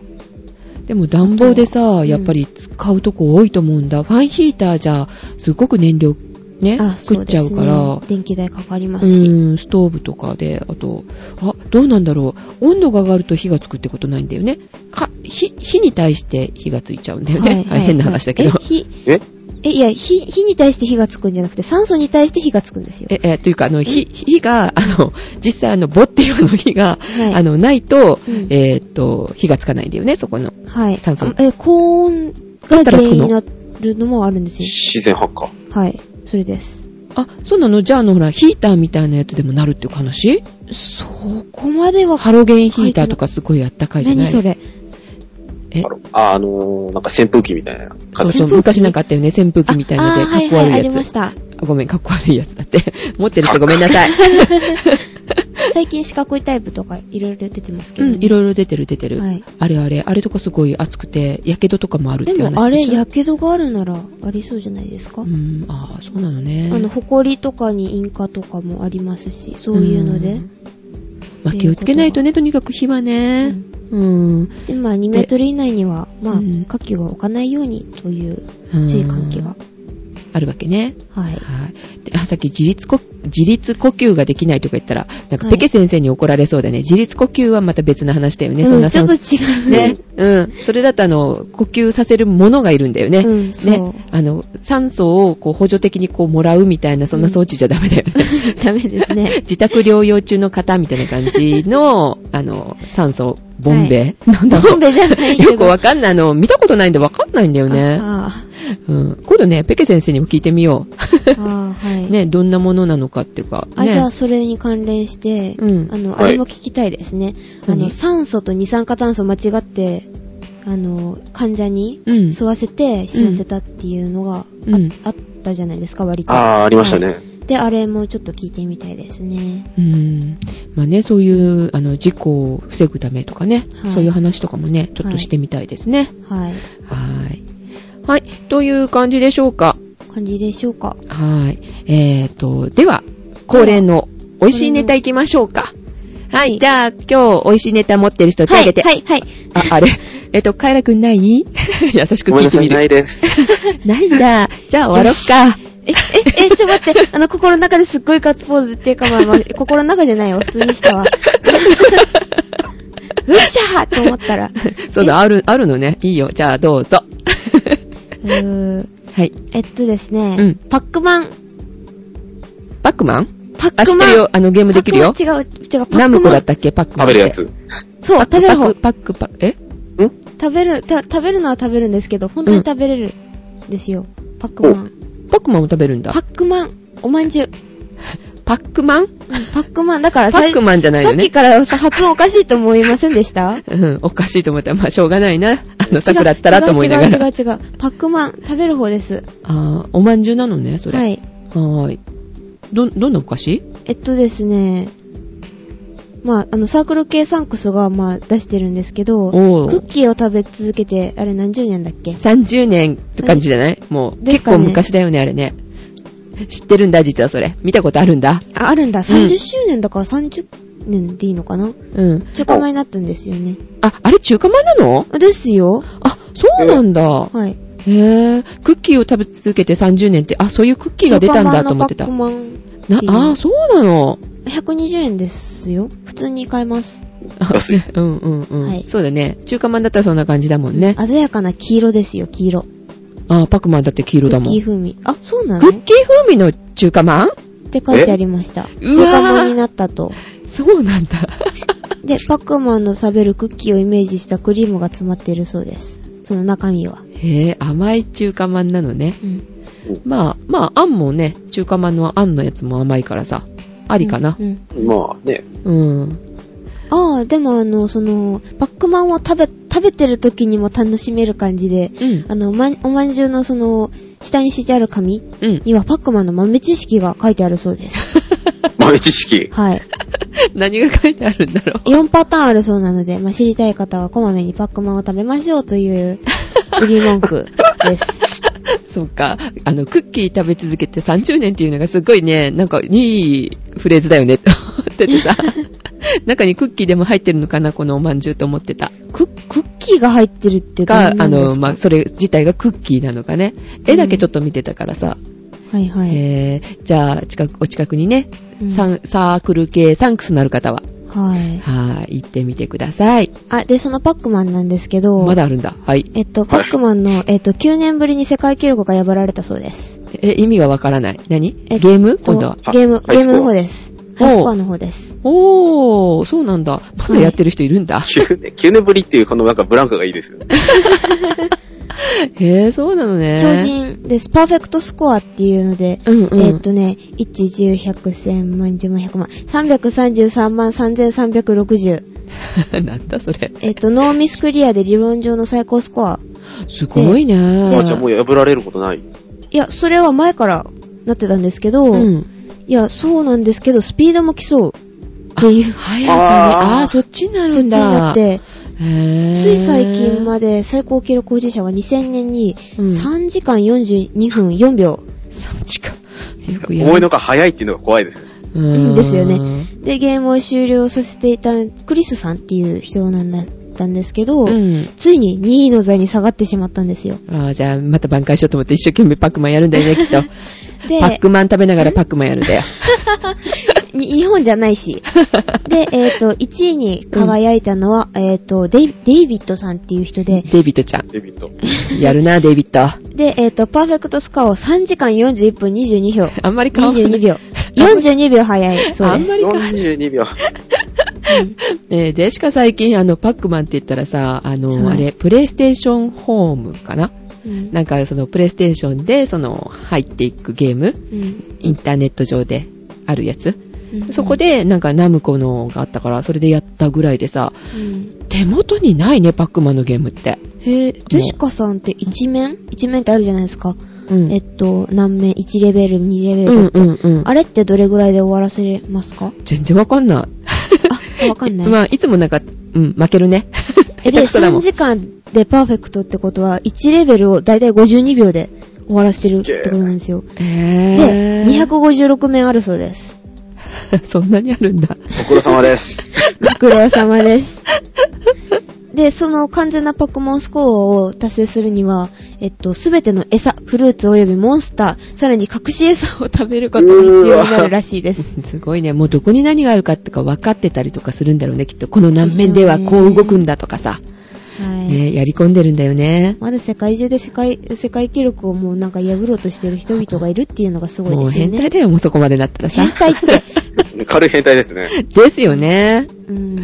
[SPEAKER 1] でも暖房でさ、
[SPEAKER 2] うん
[SPEAKER 1] やっぱり使うとこ多いと思うんだ。ファンヒーターじゃ、すごく燃料、ね、
[SPEAKER 2] あ、そ
[SPEAKER 1] 食
[SPEAKER 2] う
[SPEAKER 1] っ
[SPEAKER 2] で
[SPEAKER 1] ちゃう
[SPEAKER 2] す
[SPEAKER 1] か
[SPEAKER 2] ね
[SPEAKER 1] ら。。
[SPEAKER 2] 電気代かかりますし。
[SPEAKER 1] うん、ストーブとかで、あと、あ、どうなんだろう。温度が上がると火がつくってことないんだよね。か、火、火に対して火がついちゃうんだよね。 [LAUGHS]
[SPEAKER 2] は
[SPEAKER 1] あ
[SPEAKER 2] い
[SPEAKER 1] 変な話だけど
[SPEAKER 2] はい。え、火、え、
[SPEAKER 3] え
[SPEAKER 2] いや、火、火に対して火がつくんじゃなくて、酸素に対して火がつくんですよ。
[SPEAKER 1] え、え、というか、あの、火、火が、あの、実際あの、ボっていうあの火が、
[SPEAKER 2] はい
[SPEAKER 1] あの、ないと、
[SPEAKER 2] うん
[SPEAKER 1] えーっと、火がつかないんだよね、そこの。
[SPEAKER 2] はい。
[SPEAKER 1] 酸素
[SPEAKER 2] あえ、高温が原因になるのもあるんですよ。
[SPEAKER 3] 自然発火。
[SPEAKER 2] はい。それです。
[SPEAKER 1] あ、そうなのじゃあ、あの、ほら、ヒーターみたいなやつでもなるっていう話
[SPEAKER 2] そこまでは、
[SPEAKER 1] ハロゲンヒーターとかすごいあったかいじゃない
[SPEAKER 2] 何それ。
[SPEAKER 1] え
[SPEAKER 3] あのあ、あのー、なんか扇風機みたいな
[SPEAKER 1] そ
[SPEAKER 3] 風
[SPEAKER 1] うそう、
[SPEAKER 2] 扇風機
[SPEAKER 1] 昔なんかあったよね、扇風機みたいので、
[SPEAKER 2] ああ
[SPEAKER 1] かっ
[SPEAKER 2] ー
[SPEAKER 1] こ
[SPEAKER 2] はい
[SPEAKER 1] 悪
[SPEAKER 2] はい、あ
[SPEAKER 1] い
[SPEAKER 2] り
[SPEAKER 1] やつ。
[SPEAKER 2] ました。
[SPEAKER 1] あごめん、かっこ悪いやつだって。 [LAUGHS] 持ってる人ごめんなさ
[SPEAKER 2] [LAUGHS]
[SPEAKER 1] い。
[SPEAKER 2] 最近四角いタイプとかいろいろ出てますけ
[SPEAKER 1] う
[SPEAKER 2] ど、
[SPEAKER 1] ん、いろいろ出てる出てる。
[SPEAKER 2] はい
[SPEAKER 1] あれあれ、あれとかすごい熱くて、やけどとかもあるって
[SPEAKER 2] で
[SPEAKER 1] いう話でし
[SPEAKER 2] も
[SPEAKER 1] ょ
[SPEAKER 2] あれ、やけどがあるならありそうじゃないですか。
[SPEAKER 1] うん、ああ、そうなのね。
[SPEAKER 2] あの、ほこりとかに引火とかもありますし、そういうので。
[SPEAKER 1] んまあ、気をつけないとね、とにかく火はね。うん。
[SPEAKER 2] で、まあ、2メートル以内には、まあ
[SPEAKER 1] うん、
[SPEAKER 2] 火器は置かないようにという
[SPEAKER 1] うん
[SPEAKER 2] 注意喚起が。
[SPEAKER 1] あるわけね。
[SPEAKER 2] は
[SPEAKER 1] は
[SPEAKER 2] い。
[SPEAKER 1] い。で、あ、さっき自律呼、自律呼吸ができないとか言ったら、なんか
[SPEAKER 2] はい
[SPEAKER 1] ペケ先生に怒られそうだね。自律呼吸はまた別の話だよね。
[SPEAKER 2] うん
[SPEAKER 1] そんな
[SPEAKER 2] ちょっ
[SPEAKER 1] 酸
[SPEAKER 2] と
[SPEAKER 1] 素
[SPEAKER 2] 違う
[SPEAKER 1] ね。うん。それだとあの、呼吸させるものがいるんだよね。
[SPEAKER 2] うん、そう
[SPEAKER 1] ね。、あの、酸素をこう補助的にこうもらうみたいな、そんな装置じゃダメだよね。
[SPEAKER 2] [LAUGHS] ダメで
[SPEAKER 1] [LAUGHS]
[SPEAKER 2] すね。
[SPEAKER 1] 自宅療養中の方みたいな感じ
[SPEAKER 2] [LAUGHS]
[SPEAKER 1] の、あの、酸素、ボンベ、なんだろ
[SPEAKER 2] ボ
[SPEAKER 1] う
[SPEAKER 2] ンベじゃないけど。
[SPEAKER 1] よくわかんない。あの、見たことないんでわかんないんだよね。
[SPEAKER 2] あ
[SPEAKER 1] うん。今度ね、ペケ先生にも聞いてみよ
[SPEAKER 2] ーあー、はい。
[SPEAKER 1] う。 [LAUGHS] ね、どんなものなのかっていうか。
[SPEAKER 2] あ、
[SPEAKER 1] ね、
[SPEAKER 2] じゃあ、それに関連して、
[SPEAKER 1] うん
[SPEAKER 2] あの、
[SPEAKER 3] はい
[SPEAKER 2] あれも聞きたいですね。あの、
[SPEAKER 1] 何
[SPEAKER 2] 酸素と二酸化炭素間違って、あの、患者に
[SPEAKER 1] うん
[SPEAKER 2] 吸わせて死なせたっていうのがあ,、
[SPEAKER 1] うん
[SPEAKER 2] あったじゃないですか、割と。
[SPEAKER 3] ああ、ありましたね。
[SPEAKER 2] はいで、あれもちょっと聞いてみたいですね。
[SPEAKER 1] うん。まあね、そういう、あの、事故を防ぐためとかね、
[SPEAKER 2] はい
[SPEAKER 1] そういう話とかもね、ちょっとしてみたいですね。
[SPEAKER 2] はい。
[SPEAKER 1] はい。はい。という感じでしょうか。
[SPEAKER 2] 感じでしょうか。
[SPEAKER 1] はい。えーと、では、恒例の美味しいネタいきましょうか。はい、じゃあ、今日、美味しいネタ持ってる人手
[SPEAKER 2] は
[SPEAKER 1] 挙
[SPEAKER 2] い
[SPEAKER 1] げて。、
[SPEAKER 2] はい、はい。
[SPEAKER 1] あ、あれ。えっと、カイラくんない [LAUGHS] 優しく
[SPEAKER 3] ご
[SPEAKER 1] 聞い
[SPEAKER 3] めん
[SPEAKER 1] て
[SPEAKER 3] なさ
[SPEAKER 1] み
[SPEAKER 3] い、
[SPEAKER 1] る。
[SPEAKER 3] ないです。
[SPEAKER 1] ないんだ。じゃあ終わろっか。
[SPEAKER 2] え、え、え、ちょ、待って、あの、心の中ですっごいガッツポーズっていうか、
[SPEAKER 1] [LAUGHS]
[SPEAKER 2] まあ、まあ、心の中じゃないわ、普通にしたわ。うっしゃーと思ったら。う
[SPEAKER 1] そうだ、ある、あるのね。いいよ。じゃあどう
[SPEAKER 2] [LAUGHS]
[SPEAKER 1] ぞ。
[SPEAKER 2] ーん
[SPEAKER 1] はい。
[SPEAKER 2] えっとですね、
[SPEAKER 1] うん
[SPEAKER 2] パックマン、
[SPEAKER 1] パックマン
[SPEAKER 2] パック
[SPEAKER 1] あ、
[SPEAKER 2] マン。
[SPEAKER 1] 知ってるよ。あの、ゲー
[SPEAKER 2] パ
[SPEAKER 1] ム
[SPEAKER 2] ックマ
[SPEAKER 1] で
[SPEAKER 2] ン。
[SPEAKER 1] きるよ。
[SPEAKER 2] 違う、違う、パックマン。
[SPEAKER 1] ナムコだったっけパックマン
[SPEAKER 3] 食
[SPEAKER 1] って。
[SPEAKER 3] べるや [LAUGHS] つ。ん
[SPEAKER 2] そう、
[SPEAKER 1] パック。
[SPEAKER 2] 食べる方。
[SPEAKER 1] パック、パック、パック
[SPEAKER 2] 食べる、た食べるのは食べるんですけど、本当に食べれるんですよ。パックマン。
[SPEAKER 1] えパックマンも食べるんだ
[SPEAKER 2] パ。ックマン、おまんじゅ
[SPEAKER 1] [LAUGHS]
[SPEAKER 2] う。うん
[SPEAKER 1] パックマン
[SPEAKER 2] パックマン、だから
[SPEAKER 1] パ
[SPEAKER 2] さ
[SPEAKER 1] ックマンじゃない
[SPEAKER 2] さ
[SPEAKER 1] よ
[SPEAKER 2] っき
[SPEAKER 1] ね。
[SPEAKER 2] からさ発音おかしいと思いませんでした
[SPEAKER 1] [LAUGHS] うん、おかしいと思ったら、まあ、しょうがないな。あの、桜ったらと思いなが
[SPEAKER 2] 違
[SPEAKER 1] ら。
[SPEAKER 2] う違う違う違う。パックマン、食べる方です。
[SPEAKER 1] あー、おまんじゅうなのね、それ。
[SPEAKER 2] は
[SPEAKER 1] はい。
[SPEAKER 2] い。
[SPEAKER 1] ーい。ど、どんなお菓子
[SPEAKER 2] えっとですね、まあ、あの、サークル系サンクスが、まあ、出してるんですけど、
[SPEAKER 1] お
[SPEAKER 2] クッ
[SPEAKER 1] ー。
[SPEAKER 2] キーを食べ続けて、あれ何十年だっけ
[SPEAKER 1] 30年って感じじゃないもう、
[SPEAKER 2] です
[SPEAKER 1] 結
[SPEAKER 2] かね
[SPEAKER 1] 構昔だよね、あれね。知ってるんだ、実はそれ。見たことあるんだ。
[SPEAKER 2] あ、あるんだ。30周年だから30年でいいのかな
[SPEAKER 1] うん。
[SPEAKER 2] 中華米になったんですよね。
[SPEAKER 1] あ、あれ中華まんなの
[SPEAKER 2] ですよ。
[SPEAKER 1] あ、そうなんだ。
[SPEAKER 2] はい。
[SPEAKER 1] へー。クッキーを食べ続けて30年って、あ、そういうクッキーが出たんだと思ってた。
[SPEAKER 2] 中華
[SPEAKER 1] な
[SPEAKER 2] まんのパックマンっていう。
[SPEAKER 1] あー、そうなの。
[SPEAKER 2] 120円ですよ。普通に買えます。
[SPEAKER 1] あ
[SPEAKER 3] 安い。
[SPEAKER 1] [LAUGHS] うんうんうん。
[SPEAKER 2] はい
[SPEAKER 1] そうだね。中華まんだったらそんな感じだもんね。
[SPEAKER 2] 鮮やかな黄色ですよ、黄色。
[SPEAKER 1] あ、パックマンだって黄
[SPEAKER 2] ク
[SPEAKER 1] 色だ
[SPEAKER 2] ッ
[SPEAKER 1] もん。
[SPEAKER 2] キー
[SPEAKER 1] ク
[SPEAKER 2] 風味。あ、そうなの
[SPEAKER 1] ッキー風味の中華まん
[SPEAKER 2] って書いてありました。
[SPEAKER 1] え
[SPEAKER 2] 中華まんになったと。
[SPEAKER 1] そうなんだ。 [LAUGHS]
[SPEAKER 2] で、パックマンの食べるクッキーをイメージしたクリームが詰まっているそうです。その中身は。
[SPEAKER 1] へえ、甘い中華まんなのね。
[SPEAKER 2] うん。
[SPEAKER 1] まあ、まあ、あんもね、中華まんのあんのやつも甘いからさ、あ
[SPEAKER 2] あ
[SPEAKER 1] りかな。
[SPEAKER 2] うん。
[SPEAKER 3] まあね、
[SPEAKER 1] うん。
[SPEAKER 2] ああ、でもあの、その、パックマンを食べ、食べてる時にも楽しめる感じで、
[SPEAKER 1] うん。
[SPEAKER 2] あの、まん、おまんじゅうのその、下に敷いてある紙
[SPEAKER 1] うん。
[SPEAKER 2] にはパックマンの豆知識が書いてあるそう
[SPEAKER 1] [LAUGHS]
[SPEAKER 2] です。
[SPEAKER 3] 豆知識。
[SPEAKER 2] はい。
[SPEAKER 1] 何が書いてあるんだろ
[SPEAKER 2] 4パターンあるそうなので、まあ、知りたい方はこまめにパックマンを食べましょうという、売り文句
[SPEAKER 1] [LAUGHS]
[SPEAKER 2] です。
[SPEAKER 1] う。そうか。あの、クッキー食べ続けて30年っていうのがすごいね、なんか、いいフレーズだよね、 [LAUGHS] と思ってて
[SPEAKER 2] [LAUGHS]
[SPEAKER 1] さ。中にクッキーでも入ってるのかな、このおまんじゅうと思ってた。
[SPEAKER 2] ク、クッキーが入ってるってどう
[SPEAKER 1] が
[SPEAKER 2] なん、ですか
[SPEAKER 1] あの、まあ、それ自体がクッキーなのかね。絵だけちょっと見てたからさ。
[SPEAKER 2] はいはい。
[SPEAKER 1] えー、じゃあ、近く、お近くにね、
[SPEAKER 2] うん
[SPEAKER 1] サンサークル系サンクスのある方は、
[SPEAKER 2] はい。
[SPEAKER 1] はい、行ってみてください。
[SPEAKER 2] あ、で、そのパックマンなんですけど、
[SPEAKER 1] まだあるんだ。はい。
[SPEAKER 2] えっと、パックマンの、えっと、9年ぶりに世界記録が破られたそうです。
[SPEAKER 1] え、意味がわからない。何ゲ
[SPEAKER 2] えっと
[SPEAKER 1] ーム今度は。
[SPEAKER 2] ゲーム、
[SPEAKER 3] ハイ
[SPEAKER 2] ゲー
[SPEAKER 3] スコア
[SPEAKER 2] ムの方です。
[SPEAKER 1] おう
[SPEAKER 2] ハイスコアの方です。
[SPEAKER 1] おー、そうなんだ。まだやってる人いるんだ。
[SPEAKER 3] 9年、9年ぶりっていうこのなんかブランクがいいですよね。
[SPEAKER 1] へー、そうなのね。
[SPEAKER 2] 超。人です。パーフェクトスコアっていうので、
[SPEAKER 1] うんうん。
[SPEAKER 2] えっとね、1、10、100、1000万、10万、100万、333万3360。
[SPEAKER 1] [LAUGHS] なんだそれ。
[SPEAKER 2] えっと、ノーミスクリアで理論上の最高スコア。
[SPEAKER 1] すごいね。
[SPEAKER 2] で
[SPEAKER 3] まあじゃあもう破られることない。
[SPEAKER 2] いや、それは前からなってたんですけど、
[SPEAKER 1] うん。
[SPEAKER 2] いや、そうなんですけど、スピードも競う。っていう、
[SPEAKER 1] 速さね。あー、そっちにな
[SPEAKER 2] そ
[SPEAKER 1] る
[SPEAKER 2] っち
[SPEAKER 1] ん
[SPEAKER 2] に
[SPEAKER 1] だ。
[SPEAKER 2] なって、
[SPEAKER 1] へー
[SPEAKER 2] つい最近まで最高記録保持者は2000年に
[SPEAKER 1] うん
[SPEAKER 2] 3時間42分4秒。
[SPEAKER 1] 3時間。よくやる
[SPEAKER 3] 思いのが早いっていうのが怖いですよ。
[SPEAKER 1] うん
[SPEAKER 2] ですよね。で、ゲームを終了させていたクリスさんっていう人なんだったんですけど、
[SPEAKER 1] うん。
[SPEAKER 2] ついに2位の座に下がってしまったんですよ。
[SPEAKER 1] ああ、じゃあ、また挽回しようと思って一生懸命パックマンやるんだよ
[SPEAKER 2] [LAUGHS]
[SPEAKER 1] ね、きっと。
[SPEAKER 2] で
[SPEAKER 1] パ、ックマン食べながらパックマンやるん
[SPEAKER 2] [LAUGHS]
[SPEAKER 1] だよ。
[SPEAKER 2] に日本じゃな
[SPEAKER 1] [LAUGHS]
[SPEAKER 2] いし。で、えっ、と、1位に輝いたのは、えっ、とデイ、デイビッドさんっていう人で、
[SPEAKER 1] デイビッドちゃん。
[SPEAKER 3] デビット。
[SPEAKER 1] やるな、デイビッド。
[SPEAKER 2] で、えっ、と、パーフェクトスカアを3時間41分22秒。
[SPEAKER 1] あんまり変わんない。
[SPEAKER 2] 22秒。42秒早い。そう
[SPEAKER 1] あ
[SPEAKER 2] で
[SPEAKER 1] ん
[SPEAKER 2] す
[SPEAKER 1] ま。り変わんない。
[SPEAKER 3] 42秒。
[SPEAKER 1] えージェシカ最近、あの、パックマンって言ったらさ、あの、
[SPEAKER 2] はい
[SPEAKER 1] あれ、プレイステーションホームかな
[SPEAKER 2] うん
[SPEAKER 1] なんか、その、プレイステーションで、その、入っていくゲーム
[SPEAKER 2] うん
[SPEAKER 1] インターネット上であるやつ。
[SPEAKER 2] うん
[SPEAKER 1] そこで、なんか、ナムコのがあったから、それでやったぐらいでさ、
[SPEAKER 2] うん
[SPEAKER 1] 手元にないね、パックマンのゲームって。
[SPEAKER 2] へぇ、ゼシカさんって一面一面ってあるじゃないですか。
[SPEAKER 1] うん。
[SPEAKER 2] えっと、何面 ?1 レベル、2レベル。
[SPEAKER 1] うんうんうん。
[SPEAKER 2] あれってどれぐらいで終わらせれま
[SPEAKER 1] [LAUGHS]
[SPEAKER 2] すか
[SPEAKER 1] 全然わかんない。
[SPEAKER 2] あ、わかんな
[SPEAKER 1] [LAUGHS]
[SPEAKER 2] い。
[SPEAKER 1] まあ、いつもなんか、うん、負けるね。
[SPEAKER 2] え、
[SPEAKER 1] 下
[SPEAKER 2] で、
[SPEAKER 1] 手くそだも
[SPEAKER 2] 3
[SPEAKER 1] ん
[SPEAKER 2] 時間でパーフェクトってことは、1レベルをだいたい52秒で終わらせてるっ
[SPEAKER 3] すげえ
[SPEAKER 2] てことなんですよ。
[SPEAKER 1] え
[SPEAKER 2] で、256面あるそうです。
[SPEAKER 1] [LAUGHS] 200。そんなにあるんだ。
[SPEAKER 3] ご苦労様です。 [LAUGHS]
[SPEAKER 2] ご苦労
[SPEAKER 1] [LAUGHS]
[SPEAKER 2] 様です。で、その完全なポケモンスコアを達成するには、えっと、すべての餌、フルーツ及びモンスター、さらに隠し餌を食べることが必要になるらしいです。
[SPEAKER 1] すごいね。もうどこに何があるかってか分かってたりとかするんだろうね、きっと。この難面ではこう動くんだとかさ。
[SPEAKER 2] はい。
[SPEAKER 1] ね、やり込んでるんだよね。
[SPEAKER 2] まだ世界中で世界、世界記録をもうなんか破ろうとしてる人々がいるっていうのがすごい
[SPEAKER 1] も
[SPEAKER 2] で
[SPEAKER 1] う
[SPEAKER 2] すよ
[SPEAKER 1] 変
[SPEAKER 2] ね。
[SPEAKER 1] 態だよ、もうそこまでだったらさ。
[SPEAKER 2] 変態って。
[SPEAKER 1] [LAUGHS]
[SPEAKER 3] 軽い変態ですね。
[SPEAKER 1] ですよね。[LAUGHS]
[SPEAKER 2] う。
[SPEAKER 1] うん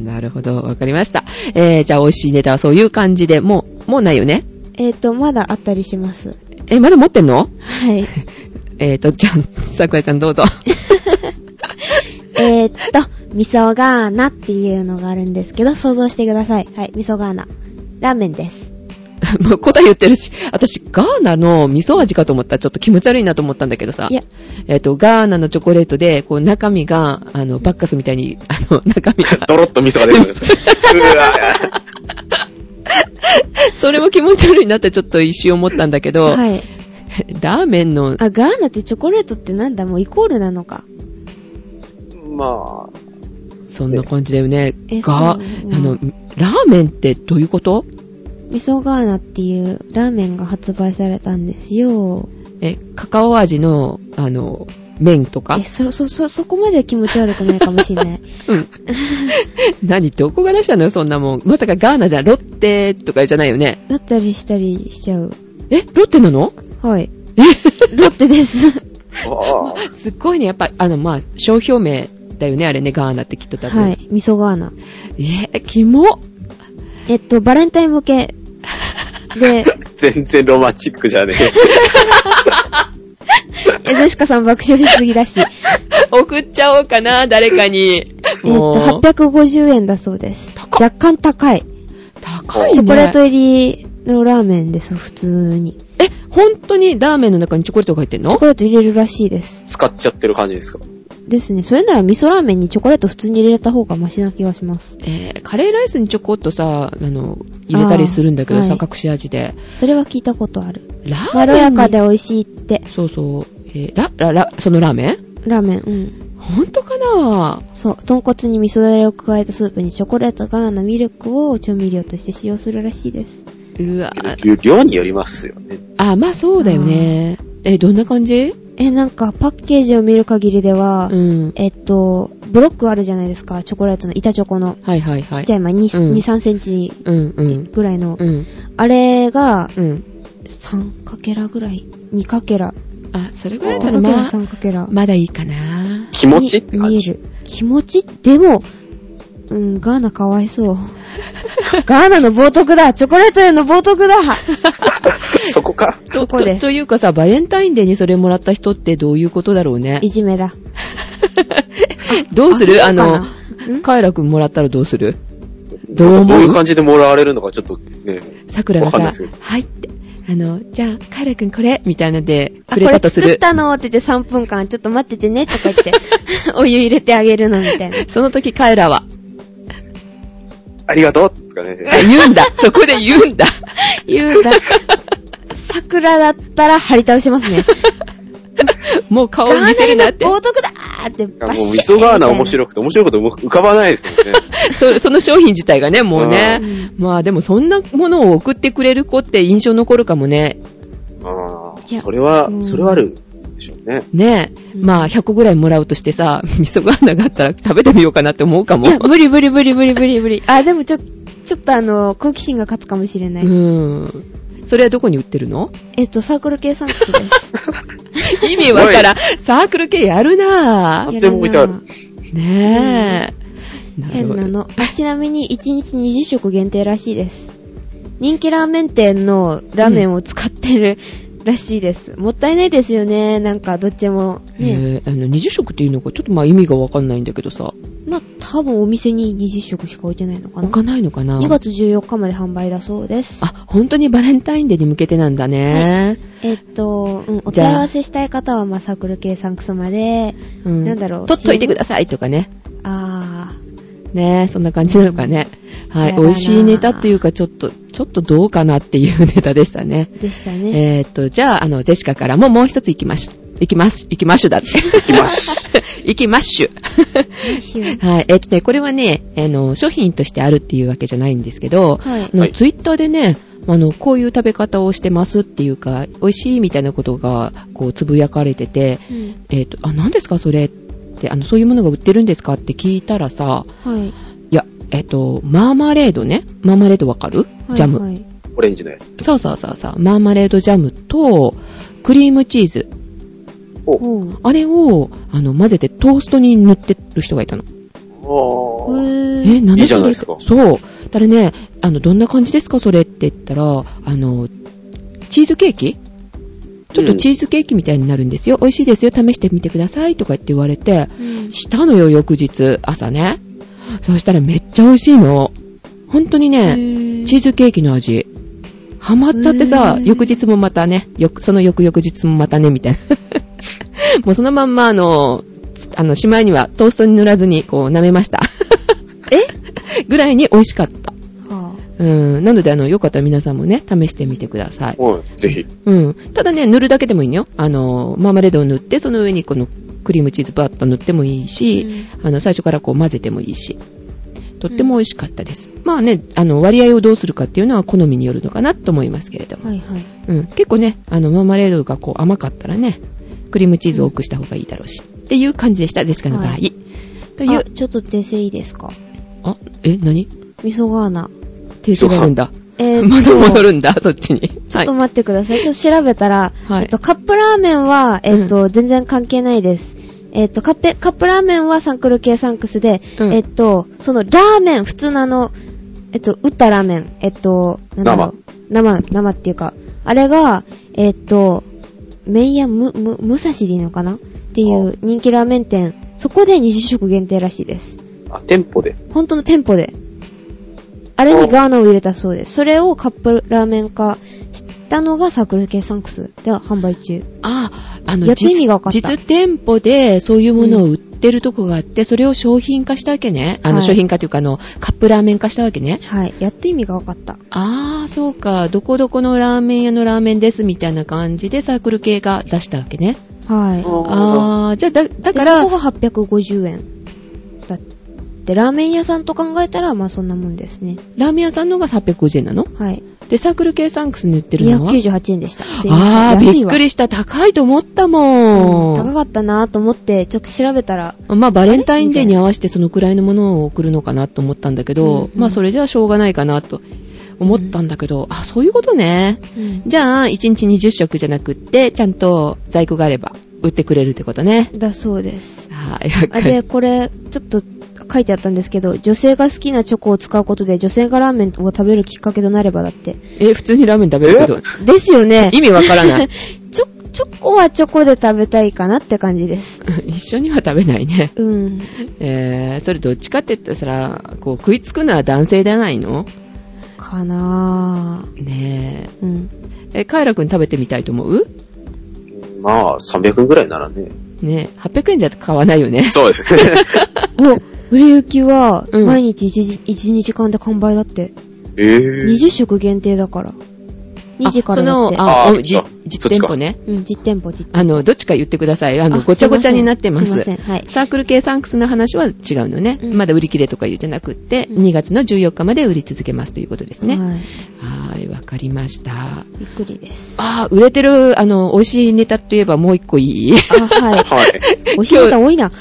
[SPEAKER 1] ん。なるほど、わかりました。えー、じゃあ美味しいネタはそういう感じで、もう、もうないよね。
[SPEAKER 2] えっと、まだあったりします。
[SPEAKER 1] えーまだ持ってんの
[SPEAKER 2] はい。 [LAUGHS]
[SPEAKER 1] えーと、じゃあ、桜ちゃん [LAUGHS] どうぞ。 [LAUGHS]
[SPEAKER 2] えーっと、味噌ガーナっていうのがあるんですけど、想像してください。はい、味噌ガーナ。ラーメンです。
[SPEAKER 1] もう答え言ってるし、私、ガーナの味噌味かと思ったらちょっと気持ち悪いなと思ったんだけどさ。
[SPEAKER 2] いや、
[SPEAKER 1] えっ、と、ガーナのチョコレートで、こう、中身が、あの、バッカスみたいに、あの、中身
[SPEAKER 2] [LAUGHS]
[SPEAKER 1] が、
[SPEAKER 3] ドロッと味噌が出るんですか [LAUGHS] うわ
[SPEAKER 1] それも気持ち悪いなってちょっと一瞬思ったんだけど、
[SPEAKER 2] はい。
[SPEAKER 1] [LAUGHS] ラーメンの、
[SPEAKER 2] あ、ガーナってチョコレートってなんだもうイコールなのか。
[SPEAKER 3] まあ、
[SPEAKER 1] そんな感じだよね。
[SPEAKER 2] え
[SPEAKER 1] が、あ
[SPEAKER 2] そう
[SPEAKER 1] の、ラーメンってどういうこと
[SPEAKER 2] 味噌ガーナっていうラーメンが発売されたんですよ。
[SPEAKER 1] え、カカオ味の、あの、麺とか
[SPEAKER 2] え、そ、そ、そ、そこまで気持ち悪くないかもしれない。
[SPEAKER 1] うん。 [LAUGHS] 何、どこが出したのよ、そんなもん。まさかガーナじゃん、ロッテとかじゃないよね。
[SPEAKER 2] だったりしたりしちゃう。
[SPEAKER 1] え、ロッテなの
[SPEAKER 2] はい。 [LAUGHS] ロッテです。
[SPEAKER 3] ああ
[SPEAKER 1] すっごいね、やっぱ、あの、まあ、商標名だよね、あれね、ガーナってきっと多分。
[SPEAKER 2] はい。味噌ガーナ。
[SPEAKER 1] えー、キモ
[SPEAKER 2] えっと、バレンタイン向け。で、
[SPEAKER 3] 全然ロマンチックじゃねえ。
[SPEAKER 2] え、ゼシカさん爆笑しすぎだし。
[SPEAKER 1] 送っちゃおうかな、誰かに。
[SPEAKER 2] [LAUGHS] えっ
[SPEAKER 1] [LAUGHS]
[SPEAKER 2] と、
[SPEAKER 1] もう
[SPEAKER 2] 850円だそうです。
[SPEAKER 1] 高
[SPEAKER 2] 若干高い。
[SPEAKER 1] 高いね。
[SPEAKER 2] チョコレート入りのラーメンです、普通に。
[SPEAKER 1] え、本当にラーメンの中にチョコレートが入ってん
[SPEAKER 2] チョ
[SPEAKER 1] の
[SPEAKER 2] コレート入れるらしいです。
[SPEAKER 3] 使っちゃってる感じですか
[SPEAKER 2] ですね。それなら味噌ラーメンにチョコレート普通に入れた方がマシな気がします。
[SPEAKER 1] えーカレーライスにチョコっとさ、あの、入れたりするんだけどさ、
[SPEAKER 2] あーはい
[SPEAKER 1] 隠し味で。
[SPEAKER 2] それは聞いたことある。
[SPEAKER 1] ラーメン。
[SPEAKER 2] まろやかで。美味しいって。
[SPEAKER 1] そうそう。えーラ、ラ、ラ、そのラーメン
[SPEAKER 2] ラーメン、うん。
[SPEAKER 1] 本当かな
[SPEAKER 2] そう。豚骨に味噌だれを加えたスープにチョコレート、ガーナ、ミルクを調味料として使用するらしいです。
[SPEAKER 1] うわー
[SPEAKER 3] 量量によりますよね。
[SPEAKER 1] あ、まあそうだよね。えーどんな感じ
[SPEAKER 2] え、なんかパッケージを見る限りでは、
[SPEAKER 1] うん。
[SPEAKER 2] えっと、ブロックあるじゃないですか、チョコレートの、板チョコの。
[SPEAKER 1] はいはいはい。
[SPEAKER 2] ちっちゃい、まあ、2、
[SPEAKER 1] うん
[SPEAKER 2] 2 3センチ
[SPEAKER 1] うんうん。
[SPEAKER 2] ぐらいの。
[SPEAKER 1] うん。
[SPEAKER 2] あれが、
[SPEAKER 1] うん。
[SPEAKER 2] 3かけらぐらい。2かけら。
[SPEAKER 1] あ、それぐらい
[SPEAKER 2] 2
[SPEAKER 1] だ
[SPEAKER 2] か
[SPEAKER 1] っ
[SPEAKER 2] け
[SPEAKER 1] たら
[SPEAKER 2] ら、
[SPEAKER 1] まあ、
[SPEAKER 2] 3かけら。
[SPEAKER 1] まだいいかな。
[SPEAKER 3] 気持ちって感
[SPEAKER 2] 見
[SPEAKER 3] じ
[SPEAKER 2] え。る。気持ちでも、うん、ガーナかわい [LAUGHS] そう。ガーナの冒涜だチョコレートへの冒涜だ
[SPEAKER 3] そこか。
[SPEAKER 1] と
[SPEAKER 2] そこで
[SPEAKER 1] とというかさ、バレンタインデーにそれもらった人ってどういうことだろうね
[SPEAKER 2] い。じめだ。
[SPEAKER 1] [LAUGHS] どうするあ
[SPEAKER 2] あそうか
[SPEAKER 1] の
[SPEAKER 2] なうん、
[SPEAKER 1] カエラくんもらったらどうするどう
[SPEAKER 3] どう
[SPEAKER 1] 思
[SPEAKER 3] いう
[SPEAKER 1] う
[SPEAKER 3] 感じでもらわれるのかちょっとね。
[SPEAKER 1] 桜が
[SPEAKER 3] わかんない
[SPEAKER 1] さ
[SPEAKER 3] ですよ、
[SPEAKER 1] はいって、あの、じゃあ、カエラくんこれみたいなので、
[SPEAKER 2] あ、
[SPEAKER 1] く
[SPEAKER 2] こ
[SPEAKER 1] れ
[SPEAKER 2] れ
[SPEAKER 1] たとす
[SPEAKER 2] 作っ
[SPEAKER 1] る。
[SPEAKER 2] たのって言って3分間、ちょっと待っててねとか言 [LAUGHS] って、お湯入れてあげるのみたいな。
[SPEAKER 1] その時カエラは、
[SPEAKER 3] ありがとうとかね。
[SPEAKER 1] あ言うんだ。そこで言うんだ。
[SPEAKER 2] 言うが、桜だったら張り倒しますね。
[SPEAKER 1] も [LAUGHS] う顔を見せるなって
[SPEAKER 2] ガーナへ。の冒涜だーって
[SPEAKER 3] あ
[SPEAKER 2] バ
[SPEAKER 3] もう
[SPEAKER 2] シッ
[SPEAKER 3] 味噌ガーナ面白くて面白いこと浮かばないですもん [LAUGHS] ね。
[SPEAKER 1] そその商品自体がね、もうね
[SPEAKER 2] う。ん
[SPEAKER 1] まあでもそんなものを送ってくれる子って印象残るかもね。
[SPEAKER 3] ああ
[SPEAKER 2] いや
[SPEAKER 3] それは
[SPEAKER 2] う、ん
[SPEAKER 3] それはあるでしょうね。
[SPEAKER 1] ね
[SPEAKER 2] うん
[SPEAKER 1] まあ100個ぐらいもらうとしてさ、味噌ガーナがあったら食べてみようかなって思うかも。
[SPEAKER 2] いや、無理無理無理無理無理無理。あ、でもちょ、ちょっとあの、好奇心が勝つかもしれない。
[SPEAKER 1] うん。それはどこに売ってるの
[SPEAKER 2] えっと、サークル系サンクスです。
[SPEAKER 1] [LAUGHS] 意味わからん。サークル系やるな
[SPEAKER 3] [LAUGHS] あ
[SPEAKER 1] ぁ。
[SPEAKER 2] や
[SPEAKER 3] でも置いてある
[SPEAKER 2] なぁ
[SPEAKER 1] ねえ。なる
[SPEAKER 2] 変
[SPEAKER 1] ほど
[SPEAKER 2] な。の。
[SPEAKER 3] [LAUGHS]
[SPEAKER 2] あちなみに、1日20食限定らしいです。人気ラーメン店のラーメンを使ってるらしいです。もったいないですよね。なんか、どっちも。ね。
[SPEAKER 1] えーあの、20食っていうのか、ちょっとまあ意味がわかんないんだけどさ。
[SPEAKER 2] まあ、多分お店に20食しか置いてないのかな
[SPEAKER 1] 置。かないのかな
[SPEAKER 2] 2月14日まで販売だそうです。
[SPEAKER 1] あ、本当にバレンタインデーに向けてなんだね。
[SPEAKER 2] えっと、うん、お
[SPEAKER 1] じ
[SPEAKER 2] 問
[SPEAKER 1] ゃ
[SPEAKER 2] い
[SPEAKER 1] あ
[SPEAKER 2] 合わせしたい方は、まあ、サークル系サンクスまで。
[SPEAKER 1] う
[SPEAKER 2] なんだろう
[SPEAKER 1] 取っといてくださいとかね。
[SPEAKER 2] あ
[SPEAKER 1] ねえ、そんな感じなのかね。は
[SPEAKER 2] や
[SPEAKER 1] い。
[SPEAKER 2] だ
[SPEAKER 1] 美
[SPEAKER 2] なぁ
[SPEAKER 1] 味しいネタというか、ちょっと、ちょっとどうかなっていうネタでしたね。
[SPEAKER 2] ー、でしたね。
[SPEAKER 1] えーっと、じゃあ、あの、ジェシカからももう一つ行きまし行きます、行きましゅだって。
[SPEAKER 3] 行きまし。
[SPEAKER 1] [LAUGHS] 行きましゅ。はい。えっ、とね、これはね、あの、商品としてあるっていうわけじゃないんですけど、
[SPEAKER 2] はい
[SPEAKER 1] あ。の、
[SPEAKER 3] はい
[SPEAKER 1] ツイッターでね、あの、こういう食べ方をしてますっていうか、美味しいみたいなことが、こう、つぶやかれてて、
[SPEAKER 2] うん
[SPEAKER 1] えっ、と、あ、何ですかそれって、あの、そういうものが売ってるんですかって聞いたらさ、
[SPEAKER 2] はい。
[SPEAKER 1] いや、えっ、と、マーマレードね。マーマレードわかる、
[SPEAKER 2] はい
[SPEAKER 1] ジャム。
[SPEAKER 2] はい
[SPEAKER 3] オレンジのやつ。
[SPEAKER 1] そうそうそうそう。マーマレードジャムと、クリームチーズ。
[SPEAKER 3] お
[SPEAKER 2] おう。
[SPEAKER 1] あれを、あの、混ぜてトーストに塗ってる人がいたの。
[SPEAKER 3] おー
[SPEAKER 2] え
[SPEAKER 1] え、なん
[SPEAKER 3] い
[SPEAKER 1] で
[SPEAKER 3] いじゃ
[SPEAKER 1] そ
[SPEAKER 3] な
[SPEAKER 1] れ
[SPEAKER 3] いですか
[SPEAKER 1] そう。だからね、あの、どんな感じですかそれって言ったら、あの、チーズケーキちょっとチーズケーキみたいになるんですよ。美味しいですよ。試してみてください。とか言って言われて、したのよ、翌日、朝ね。そしたらめっちゃ美味しいの。本当にね、チー
[SPEAKER 2] ズ。
[SPEAKER 1] ズケーキの味。ハマっちゃってさ、
[SPEAKER 2] へー
[SPEAKER 1] 翌日もまたね、よくその翌々日もまたね、みたいな。 [LAUGHS] もうそのまんま、あの、つあの、しまいにはトーストに塗らずに、こう、舐めました。え [LAUGHS] ぐらいに美味しかった。
[SPEAKER 2] は
[SPEAKER 1] うん。なので、あの、よかったら皆さんもね、試してみてください。
[SPEAKER 3] うん、ぜひ。
[SPEAKER 1] うん。ただね、塗るだけでもいいのよ。あの、マーマレードを塗って、その上にこのクリームチーズバッと塗ってもいいし、あの、最初からこう混ぜてもいいし。とっても美味しかったです。まあね、あの、割合をどうするかっていうのは好みによるのかなと思いますけれど
[SPEAKER 2] あ
[SPEAKER 1] も。
[SPEAKER 2] はいはい。
[SPEAKER 1] うん。結構ね、あの、マーマレードがこう甘かったらね、クリームチーズを多くした方がいいだろうし。っていう感じでした、ジェシカの場合。
[SPEAKER 2] はい
[SPEAKER 1] という
[SPEAKER 2] あ、ちょっと訂正いいですか
[SPEAKER 1] あ、え、何
[SPEAKER 2] 味噌ガーナ。
[SPEAKER 1] 停止があるんだ。
[SPEAKER 2] えーっと
[SPEAKER 1] [LAUGHS] まだ戻るんだ、そっちに。
[SPEAKER 2] ちょっと待ってください。ちょっと調べたら、
[SPEAKER 1] はい
[SPEAKER 2] えっと、カップラーメンは、えっと、全然関係ないです。えっと、カッペ、カップラーメンはサンクル系サンクスで、
[SPEAKER 1] うん
[SPEAKER 2] えっと、その、ラーメン、普通のあの、えっと、打ったラーメン、えっと、なんだろう。生。生、生っていうか、あれが、えっと、麺屋む、む、武蔵でいいのかなっていう人気ラーメン店、そこで20食限定らしいです。
[SPEAKER 3] あ、店舗で。
[SPEAKER 2] 本当の店舗で。あれにガーナを入れたそうです。それをカップラーメン化したのがサークル系サンクスで販売中。
[SPEAKER 1] あ、あの、
[SPEAKER 2] やっと意味
[SPEAKER 1] 実
[SPEAKER 2] が分かった
[SPEAKER 1] 実店舗でそういうものを売ってるとこがあって、それを商品化したわけね。あの、
[SPEAKER 2] はい
[SPEAKER 1] 商品化というか、あの、カップラーメン化したわけね。
[SPEAKER 2] はい。やっと意味が分かった。
[SPEAKER 1] ああ、そうか。どこどこのラーメン屋のラーメンですみたいな感じでサークル系が出したわけね。
[SPEAKER 2] はい。
[SPEAKER 1] ああ、じゃあだ、だか
[SPEAKER 2] で
[SPEAKER 1] ら
[SPEAKER 2] そこ、が850円。だって、ラーメン屋さんと考えたら、まあそんなもんですね。
[SPEAKER 1] ラーメン屋さんのが350円なの
[SPEAKER 2] はい。
[SPEAKER 1] で、サークル系サンクスに売ってるのは
[SPEAKER 2] 298円でした。すい
[SPEAKER 1] あ
[SPEAKER 2] ま
[SPEAKER 1] あ
[SPEAKER 2] せん。
[SPEAKER 1] ー、
[SPEAKER 2] 安
[SPEAKER 1] び
[SPEAKER 2] い
[SPEAKER 1] っ
[SPEAKER 2] わ。
[SPEAKER 1] くりした。高いと思った
[SPEAKER 2] うん
[SPEAKER 1] も
[SPEAKER 2] 高
[SPEAKER 1] ん。
[SPEAKER 2] かったなと思って、ちょっと調べたら、
[SPEAKER 1] まあ、バレンタインデーに合わせてそのくらいのものを送るのかなと思ったんだけど、
[SPEAKER 2] うんうん
[SPEAKER 1] まあ、それじゃあしょうがないかなと思ったんだけど、あ、そういうことね。じゃあ、1日20食じゃなくって、ちゃんと在庫があれば売ってくれるってことね。
[SPEAKER 2] だそうです。
[SPEAKER 1] はい、わか
[SPEAKER 2] あ
[SPEAKER 1] る
[SPEAKER 2] で、これ、ちょっと書いてあったんですけど、女性が好きなチョコを使うことで、女性がラーメンを食べるきっかけとなればだって。
[SPEAKER 1] え、普通にラーメン食べるけど、
[SPEAKER 2] ですよね。
[SPEAKER 1] 意味わからない。
[SPEAKER 2] チョ、チョコはチョコで食べたいかなって感じです。
[SPEAKER 1] [LAUGHS] 一緒には食べないね。
[SPEAKER 2] うん。
[SPEAKER 1] えー、それどっちかって言ったら、こう、食いつくのは男性じゃないの
[SPEAKER 2] かな
[SPEAKER 1] ね
[SPEAKER 2] ぁ。うん。
[SPEAKER 1] え。え、カイラくん食べてみたいと思う
[SPEAKER 3] [LAUGHS] まあ、300ぐらいならね。
[SPEAKER 1] ねえ、800円じゃ買わないよね。
[SPEAKER 3] そうですね。
[SPEAKER 2] お、売れ行きは、
[SPEAKER 1] うん
[SPEAKER 2] 毎日 1,、1、2時間で完売だって。
[SPEAKER 3] [LAUGHS] えー。
[SPEAKER 2] 20食限定だから。2時からだって
[SPEAKER 1] あそ。の、あ、
[SPEAKER 3] あー
[SPEAKER 1] おじ
[SPEAKER 3] そっか
[SPEAKER 1] 実店舗ね。
[SPEAKER 2] うん、実店舗、実店
[SPEAKER 1] あの、どっちか言ってください。あ
[SPEAKER 2] 舗。
[SPEAKER 1] の、ごちゃごちゃになってます。
[SPEAKER 2] すいません。すいませんはい。
[SPEAKER 1] サークル系サンクスの話は違うのね。
[SPEAKER 2] うん
[SPEAKER 1] まだ売り切れとか言うじゃなくって、
[SPEAKER 2] うん
[SPEAKER 1] 2月の14日まで売り続けますということですね。
[SPEAKER 2] はい。
[SPEAKER 1] はーい、わかりました。
[SPEAKER 2] びっくりです。
[SPEAKER 1] あー、売れてる、あの、美味しいネタといえばもう一個
[SPEAKER 2] [LAUGHS]
[SPEAKER 1] いい
[SPEAKER 2] あ、はい。
[SPEAKER 3] はい。
[SPEAKER 2] お仕事多い
[SPEAKER 1] [LAUGHS]
[SPEAKER 2] な。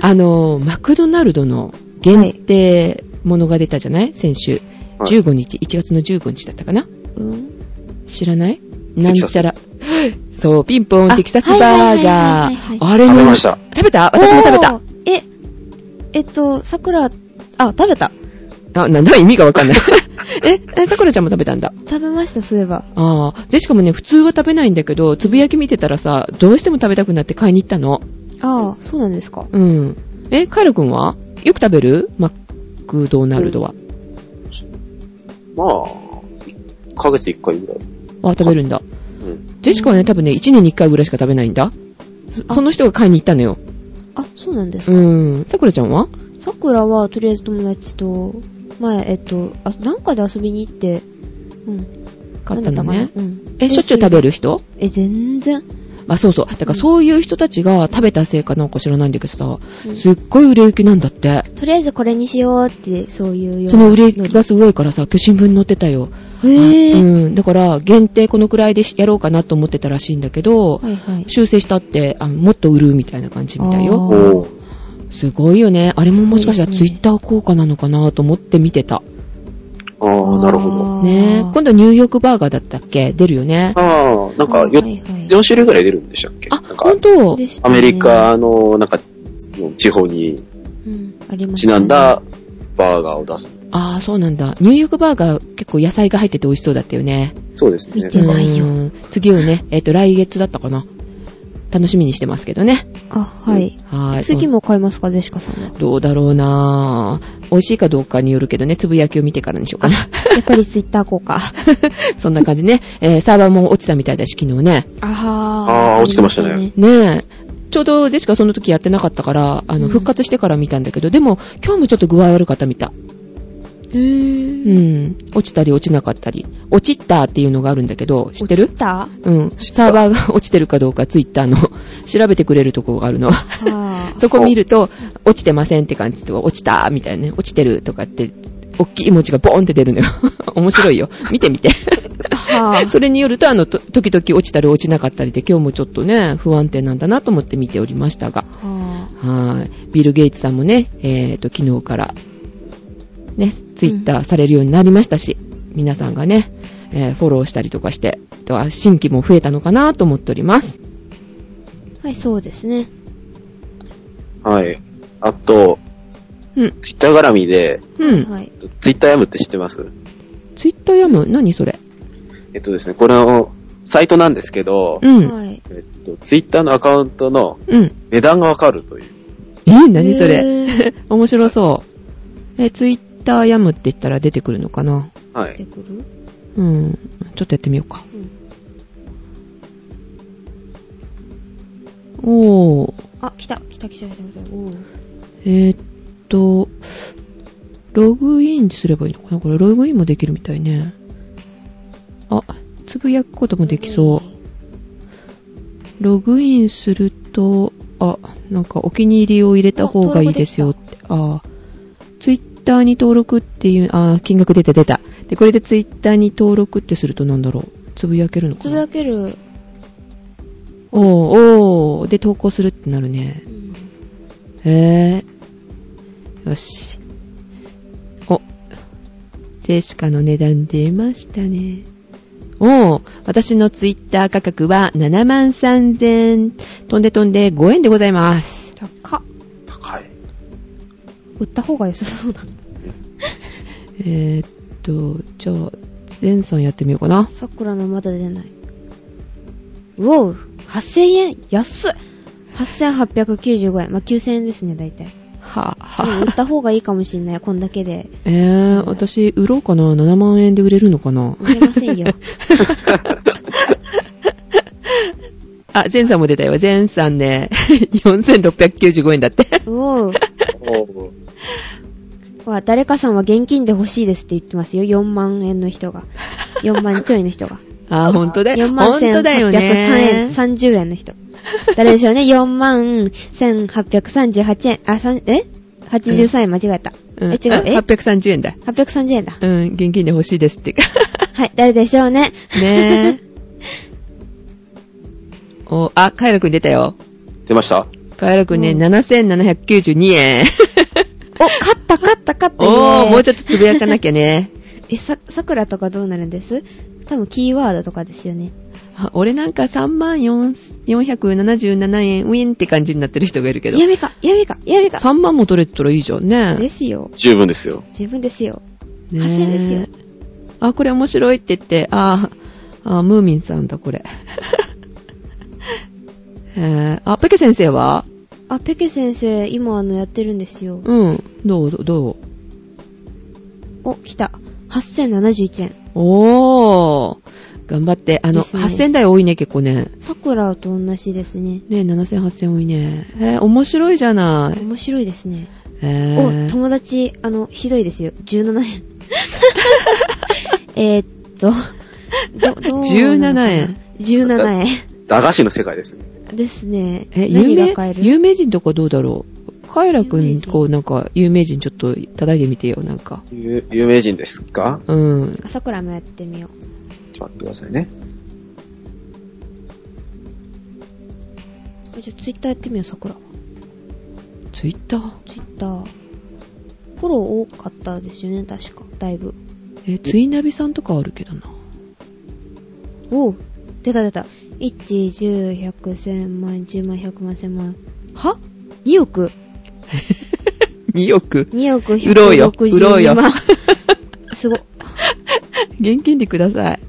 [SPEAKER 1] あの、マクドナルドの限定ものが出たじゃない先週。
[SPEAKER 3] はい
[SPEAKER 1] 15日、1月の15日だったかな
[SPEAKER 2] うん。
[SPEAKER 1] 知らないな
[SPEAKER 3] テ
[SPEAKER 1] ん
[SPEAKER 3] キサス
[SPEAKER 1] ちゃら。 [LAUGHS] そう、ピンポン、
[SPEAKER 2] あ
[SPEAKER 1] テキサスバーガ
[SPEAKER 2] はいはいはいはい
[SPEAKER 1] ー。
[SPEAKER 2] は
[SPEAKER 1] あれの
[SPEAKER 3] 食べました。
[SPEAKER 1] 食べた私も食べた
[SPEAKER 2] お。ー。え、えっと、桜、あ、食べた。
[SPEAKER 1] あ、なんだ意味がわかんない。 [LAUGHS] え、えさくらちゃんも食べたんだ。
[SPEAKER 2] 食べました、そういえば。
[SPEAKER 1] ああ、ジェシカもね、普通は食べないんだけど、つぶやき見てたらさ、どうしても食べたくなって買いに行ったの。
[SPEAKER 2] ああ、そうなんですか。
[SPEAKER 1] うん。え、カエル君はよく食べるマクドナルドは。
[SPEAKER 3] まあ、1ヶ月1回ぐらい。
[SPEAKER 1] あ、食べるんだ。
[SPEAKER 3] うん。
[SPEAKER 1] ジェシカはね、多分ね、1年に1回ぐらいしか食べないんだ。そ
[SPEAKER 2] あ
[SPEAKER 1] その人が買いに行ったのよ。
[SPEAKER 2] あ、そうなんです
[SPEAKER 1] う
[SPEAKER 2] か。
[SPEAKER 1] ん。さくらちゃんは
[SPEAKER 2] 桜は、とりあえず友達と、前、えっと、あ、なんかで遊びに行って、うん。
[SPEAKER 1] 買ったの
[SPEAKER 2] なんだ
[SPEAKER 1] ね
[SPEAKER 2] っ。たかなうん。
[SPEAKER 1] え、しょっちゅう食べ
[SPEAKER 2] る
[SPEAKER 1] る人
[SPEAKER 2] え、全然。
[SPEAKER 1] うあ、そうそう。だからそういう人たちが食べたせいかなんか知らないんだけど
[SPEAKER 2] う
[SPEAKER 1] さ、
[SPEAKER 2] ん
[SPEAKER 1] すっごい売れ行きなんだって。
[SPEAKER 2] とりあえずこれにしようって、そういうような。
[SPEAKER 1] その売れ行きがすごいからさ、今日新聞に載ってたよ。
[SPEAKER 2] へぇー。
[SPEAKER 1] うん。だから、限定このくらいでしやろうかなと思ってたらしいんだけど、
[SPEAKER 2] はいはい。
[SPEAKER 1] 修正したって、あもっと売るみたいな感じみたいよ。
[SPEAKER 2] あー
[SPEAKER 3] おー
[SPEAKER 1] すごいよね。あれももしかしたら
[SPEAKER 2] すご
[SPEAKER 1] ツ
[SPEAKER 2] い
[SPEAKER 1] イ
[SPEAKER 2] で
[SPEAKER 1] ッ
[SPEAKER 2] すね
[SPEAKER 1] ター効果なのかなと思って見てた。
[SPEAKER 3] ああ、なるほど。
[SPEAKER 2] あー
[SPEAKER 1] ね今度ニューヨークバーガーだったっけ出るよね。
[SPEAKER 3] ああ、なんか
[SPEAKER 2] はい
[SPEAKER 3] よ、
[SPEAKER 2] はい
[SPEAKER 3] 4種類ぐらい出るんでしたっけ
[SPEAKER 1] あ、
[SPEAKER 3] なん
[SPEAKER 1] ほ
[SPEAKER 3] か
[SPEAKER 1] ん、と
[SPEAKER 2] でした
[SPEAKER 3] ア
[SPEAKER 2] ね
[SPEAKER 3] メリカの、なんか、地方に
[SPEAKER 2] うんありまし
[SPEAKER 3] ち
[SPEAKER 2] たね
[SPEAKER 3] なんだバーガーを出す。
[SPEAKER 1] ああ、そうなんだ。ニューヨークバーガー結構野菜が入ってて美味しそうだったよね。
[SPEAKER 3] そうですね。
[SPEAKER 2] 見てないよ
[SPEAKER 1] うん次をね、えっ、と、来月だったかな。楽しみにしてますけどね。
[SPEAKER 2] あ、はい。
[SPEAKER 1] はーい。
[SPEAKER 2] 次も買いますか、ジェシカさんは。
[SPEAKER 1] どうだろうなぁ。美味しいかどうかによるけどね、つぶやきを見てからにしようか
[SPEAKER 2] [LAUGHS]
[SPEAKER 1] な。
[SPEAKER 2] やっぱりツイッター効果。
[SPEAKER 1] そんな感じね。えーサーバーも落ちたみたいだし、昨日ね。
[SPEAKER 2] あ
[SPEAKER 3] あー落ちてましたね。
[SPEAKER 1] ねえ。ちょうどジェシカその時やってなかったから、あの、
[SPEAKER 2] うん
[SPEAKER 1] 復活してから見たんだけど、でも、今日もちょっと具合悪かったみたい。
[SPEAKER 2] へぇ
[SPEAKER 1] う
[SPEAKER 2] ー。
[SPEAKER 1] ん。落ちたり落ちなかったり。落ちったっていうのがあるんだけど、知ってる
[SPEAKER 2] 落ちた
[SPEAKER 1] うん。サーバーが落ちてるかどうか、ツイッターの調べてくれるとこがあるの。
[SPEAKER 2] はぁ。
[SPEAKER 1] そこ見ると、落ちてませんって感じとか、落ちたみたいなね、落ちてるとかって、大きい文字がボーンって出るのよ。 [LAUGHS] 面白いよ。見てみて。
[SPEAKER 2] は
[SPEAKER 1] [LAUGHS] [LAUGHS]
[SPEAKER 2] ぁ。
[SPEAKER 1] それによると、あの、と時々落ちたり落ちなかったりで、今日もちょっとね、不安定なんだなと思って見ておりましたが。
[SPEAKER 2] はぁ。
[SPEAKER 1] はい。ビル・ゲイツさんもね、えっ、と、昨日から、ね、ツイッターされるようになりましたし、皆さんがね、えーフォローしたりとかして、あとは新規も増えたのかなと思っております。
[SPEAKER 2] はい、そうですね。
[SPEAKER 3] はい。あと、
[SPEAKER 1] うん。
[SPEAKER 3] ツイッター絡みで、
[SPEAKER 1] うん。
[SPEAKER 2] はい。
[SPEAKER 3] ツイッターヤムって知ってます
[SPEAKER 1] ツイッター読む何それ
[SPEAKER 3] えっとですね、これの、サイトなんですけど
[SPEAKER 1] う、ん。
[SPEAKER 2] はい。
[SPEAKER 3] えっと、ツイッターのアカウントの
[SPEAKER 1] うん。
[SPEAKER 3] 値段がわかるという。
[SPEAKER 1] えー何それ、
[SPEAKER 2] へ
[SPEAKER 1] [LAUGHS]
[SPEAKER 2] ー
[SPEAKER 1] 面白そう。えーツイッター読むって言ったら出てくるのかな
[SPEAKER 3] は
[SPEAKER 2] 出て
[SPEAKER 3] い。
[SPEAKER 2] くる
[SPEAKER 1] うん。ちょっとやってみようか。
[SPEAKER 2] うん
[SPEAKER 1] おー。
[SPEAKER 2] あ、来た、来た、来た、来た、来た。おー
[SPEAKER 1] えーっと、ログインすればいいのかなこれログインもできるみたいね。あ、つぶやくこともできそう。ログインすると、あ、なんかお気に入りを入れた方がいいですよって。あツイッターに登録っていう、あー、金額出た出た。で、これでツイッターに登録ってするとなんだろう。つぶやけるのかな
[SPEAKER 2] つぶやける。
[SPEAKER 1] おー、おー、で投稿するってなるね。
[SPEAKER 2] うん
[SPEAKER 1] へぇ。よし。お。ジェシカの値段出ましたね。おう私のツイッター価格は7万3000、飛んで飛んで5円でございます。
[SPEAKER 2] 高っ。
[SPEAKER 3] 高い。
[SPEAKER 2] 売った方が良さそうだ。
[SPEAKER 1] えー、っと、じゃあ、ゼンさんやってみようかな。
[SPEAKER 2] さくらのまだ出ない。うおう、8000円安っ !8895 円。まあ、9000円ですね、大
[SPEAKER 1] [LAUGHS]
[SPEAKER 2] 体。
[SPEAKER 1] はぁ、
[SPEAKER 2] でも売
[SPEAKER 1] は
[SPEAKER 2] っ
[SPEAKER 1] ぁ。
[SPEAKER 2] た方がいいかもしんない、こんだけで。
[SPEAKER 1] えー、私、売ろうかな。7万円で売れるのかな。
[SPEAKER 2] 売れませんよ。
[SPEAKER 1] あ、ゼンさんも出たよ。ゼンさんね、4695円だって。
[SPEAKER 2] うおう。
[SPEAKER 3] おー
[SPEAKER 2] わ、誰かさんは現金で欲しいですって言ってますよ。4万円の人が。4万ちょいの人が。
[SPEAKER 1] あー、ほんとだよ。
[SPEAKER 2] 4
[SPEAKER 1] ほ
[SPEAKER 2] 万
[SPEAKER 1] んとだよね。
[SPEAKER 2] 円、30円の人。誰でしょうね。4万1838円。あ、さんえ ?83 円間違えた。
[SPEAKER 1] うん
[SPEAKER 2] え、違う。え
[SPEAKER 1] 830円だ。
[SPEAKER 2] 830円だ。
[SPEAKER 1] うん、現金で欲しいですって。
[SPEAKER 2] はい、誰でしょうね。
[SPEAKER 1] [LAUGHS] ねえ。お、あ、カエラくん出たよ。
[SPEAKER 3] 出ました
[SPEAKER 1] カエラくんね、
[SPEAKER 2] うん
[SPEAKER 1] 7792円。
[SPEAKER 2] [LAUGHS] お、勝った、勝った、勝った、
[SPEAKER 1] おー、もうちょ
[SPEAKER 2] っ
[SPEAKER 1] っとつぶやかなきゃね。
[SPEAKER 2] と。え、さ、桜とかどうなるんです多分キーワードとかですよね。
[SPEAKER 1] あ俺なんか3万477円、ウィンって感じになってる人がいるけど。
[SPEAKER 2] 闇か、闇か、闇か。
[SPEAKER 1] 3万も取れたらいいじゃん
[SPEAKER 2] で
[SPEAKER 1] ね。
[SPEAKER 2] すよ。
[SPEAKER 3] 十分ですよ。
[SPEAKER 2] 自分ですよ。
[SPEAKER 1] ね
[SPEAKER 2] 8000円です
[SPEAKER 1] よ。あ、これ面白いって言って、あー、あームーミンさんだ、これ。 [LAUGHS] えー、あ、ペケ先生は
[SPEAKER 2] あ、ペケ先生、今あの、やってるんですよ。
[SPEAKER 1] うん。どうどうどう
[SPEAKER 2] お、来た。8071円。
[SPEAKER 1] おー。頑張って。あの、
[SPEAKER 2] ですね
[SPEAKER 1] 8000台多いね、結構ね。
[SPEAKER 2] 桜と同じですね。
[SPEAKER 1] ね7000、8000多いね。えー、面白いじゃない。
[SPEAKER 2] 面白いですね。
[SPEAKER 1] え
[SPEAKER 2] お、
[SPEAKER 1] ー、
[SPEAKER 2] 友達、あの、ひどいですよ。17円。
[SPEAKER 1] [LAUGHS]
[SPEAKER 2] えーっと、ど、どうなのかな
[SPEAKER 1] 17円。
[SPEAKER 2] 17円。
[SPEAKER 3] 駄菓子の世界ですね。
[SPEAKER 2] ですね。
[SPEAKER 1] え、有
[SPEAKER 2] 何が
[SPEAKER 1] 名
[SPEAKER 2] 買え、る
[SPEAKER 1] 有名人とかどうだろうカエラく
[SPEAKER 2] 有名
[SPEAKER 1] ん、
[SPEAKER 2] 人
[SPEAKER 1] こう、なんか、有名人ちょっと叩いてみてよ、なんか。
[SPEAKER 3] 有有名人ですか
[SPEAKER 1] うん。
[SPEAKER 2] 朝倉もやってみよう。
[SPEAKER 3] ちょっと待ってくださいね。
[SPEAKER 2] じゃあツイッターやってみよう、桜。
[SPEAKER 1] ツイッター
[SPEAKER 2] ツイッター。フォロー多かったですよね、確か。だいぶ。
[SPEAKER 1] え、ツイナビさんとかあるけどな。
[SPEAKER 2] おう。出た出た。1、10、100、1000万、10万、100万、1000万。は ?2 億。
[SPEAKER 1] 2億。 [LAUGHS]
[SPEAKER 2] 2億
[SPEAKER 1] 売ろうよ売ろう
[SPEAKER 2] 162
[SPEAKER 1] よ
[SPEAKER 2] 万。 [LAUGHS]
[SPEAKER 1] [LAUGHS]
[SPEAKER 2] すごっ。
[SPEAKER 1] 現金でください。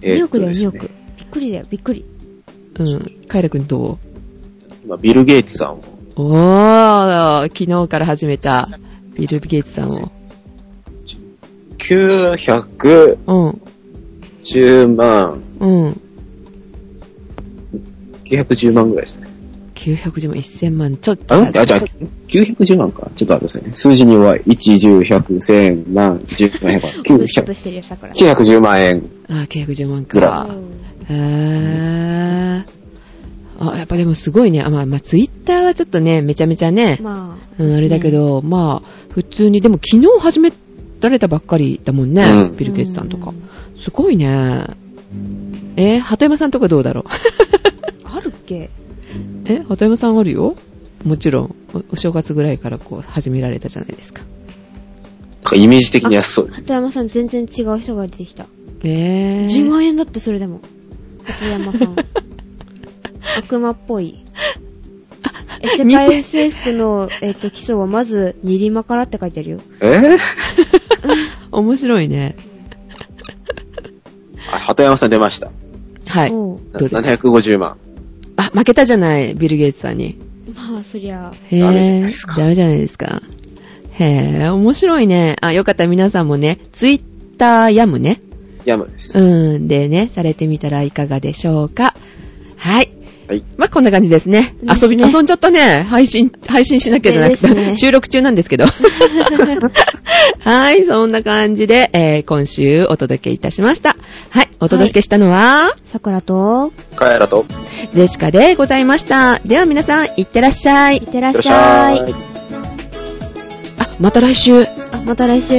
[SPEAKER 2] 2億だよ、
[SPEAKER 3] えーっとです
[SPEAKER 2] 2億。
[SPEAKER 3] ね
[SPEAKER 2] びっくりだよ、びっくり。
[SPEAKER 1] うん。カエラくんど
[SPEAKER 3] 今、ビル・ゲイツさんを
[SPEAKER 1] うおー、昨日から始めた、ビル・ゲイツさんを。
[SPEAKER 3] 910
[SPEAKER 1] うん。
[SPEAKER 3] 万、
[SPEAKER 1] うん。
[SPEAKER 3] 910万ぐらいですね。
[SPEAKER 1] 910万、1000万、ちょっと。
[SPEAKER 3] あ、待ってあ、じゃあ、910万か。ちょっと待ってくださいね。数字に弱い。1、10、100、1000、万、10万、
[SPEAKER 2] プッシュプ
[SPEAKER 3] 100、
[SPEAKER 2] してるよ、桜。
[SPEAKER 3] 910万円。
[SPEAKER 1] あ、910万か。
[SPEAKER 3] ぐら
[SPEAKER 2] うん
[SPEAKER 1] へー。あ、やっぱでもすごいね。あ、まあ、まあ、ツイッターはちょっとね、めちゃめちゃね、
[SPEAKER 2] まあ。
[SPEAKER 1] うん、あれだけど、まあ、普通に、でも昨日始められたばっかりだもんね。
[SPEAKER 3] うん
[SPEAKER 1] ビル・ゲイツさんとか
[SPEAKER 2] う。
[SPEAKER 1] すごいね。えー、鳩山さんとかどうだろう [LAUGHS]
[SPEAKER 2] あるっけ
[SPEAKER 1] え、鳩山さんあるよもちろんお、お正月ぐらいからこう、始められたじゃないですか。
[SPEAKER 3] なんかイメージ的に安そうです。
[SPEAKER 2] 鳩山さん全然違う人が出てきた。
[SPEAKER 1] えー。
[SPEAKER 2] 10万円だってそれでも。鳩山 [LAUGHS] さん。悪魔っぽい。え世界征服の、えっと基礎はまず、ニリマからって書いてあるよ。
[SPEAKER 3] えー、
[SPEAKER 1] 面白いね。
[SPEAKER 3] あ、鳩山さん出ました。
[SPEAKER 1] はい。
[SPEAKER 2] おう
[SPEAKER 1] どうですか
[SPEAKER 3] 750万。
[SPEAKER 1] あ、負けたじゃない、ビル・ゲイツさんに。
[SPEAKER 2] まあ、そり [LAUGHS] ゃ、
[SPEAKER 1] へぇ
[SPEAKER 3] ダメじゃないですか
[SPEAKER 1] ダメじゃないですか。へぇ面白いね。あ、よかったら皆さんもね、ツイッターやむね。
[SPEAKER 3] ヤムです。
[SPEAKER 1] うん、でね、されてみたらいかがでしょうか。はい。
[SPEAKER 3] はい。
[SPEAKER 1] まあ、こんな感じですね。
[SPEAKER 2] です
[SPEAKER 1] 遊び、
[SPEAKER 2] ね
[SPEAKER 1] 遊んじゃったね。配信、配信しなきゃじゃなくて、
[SPEAKER 2] です
[SPEAKER 1] [LAUGHS]
[SPEAKER 2] ね
[SPEAKER 1] 収録中なんですけど。はい、そんな感じで、えー今週お届けいたしました。はい、お届けしたのは、
[SPEAKER 2] 桜と、
[SPEAKER 3] カエラと、
[SPEAKER 1] ゼシカでございました。では皆さん、いってらっしゃい
[SPEAKER 2] いっ。てら
[SPEAKER 3] い
[SPEAKER 2] っしゃい。
[SPEAKER 1] あ、また来週。
[SPEAKER 2] あ、また来週。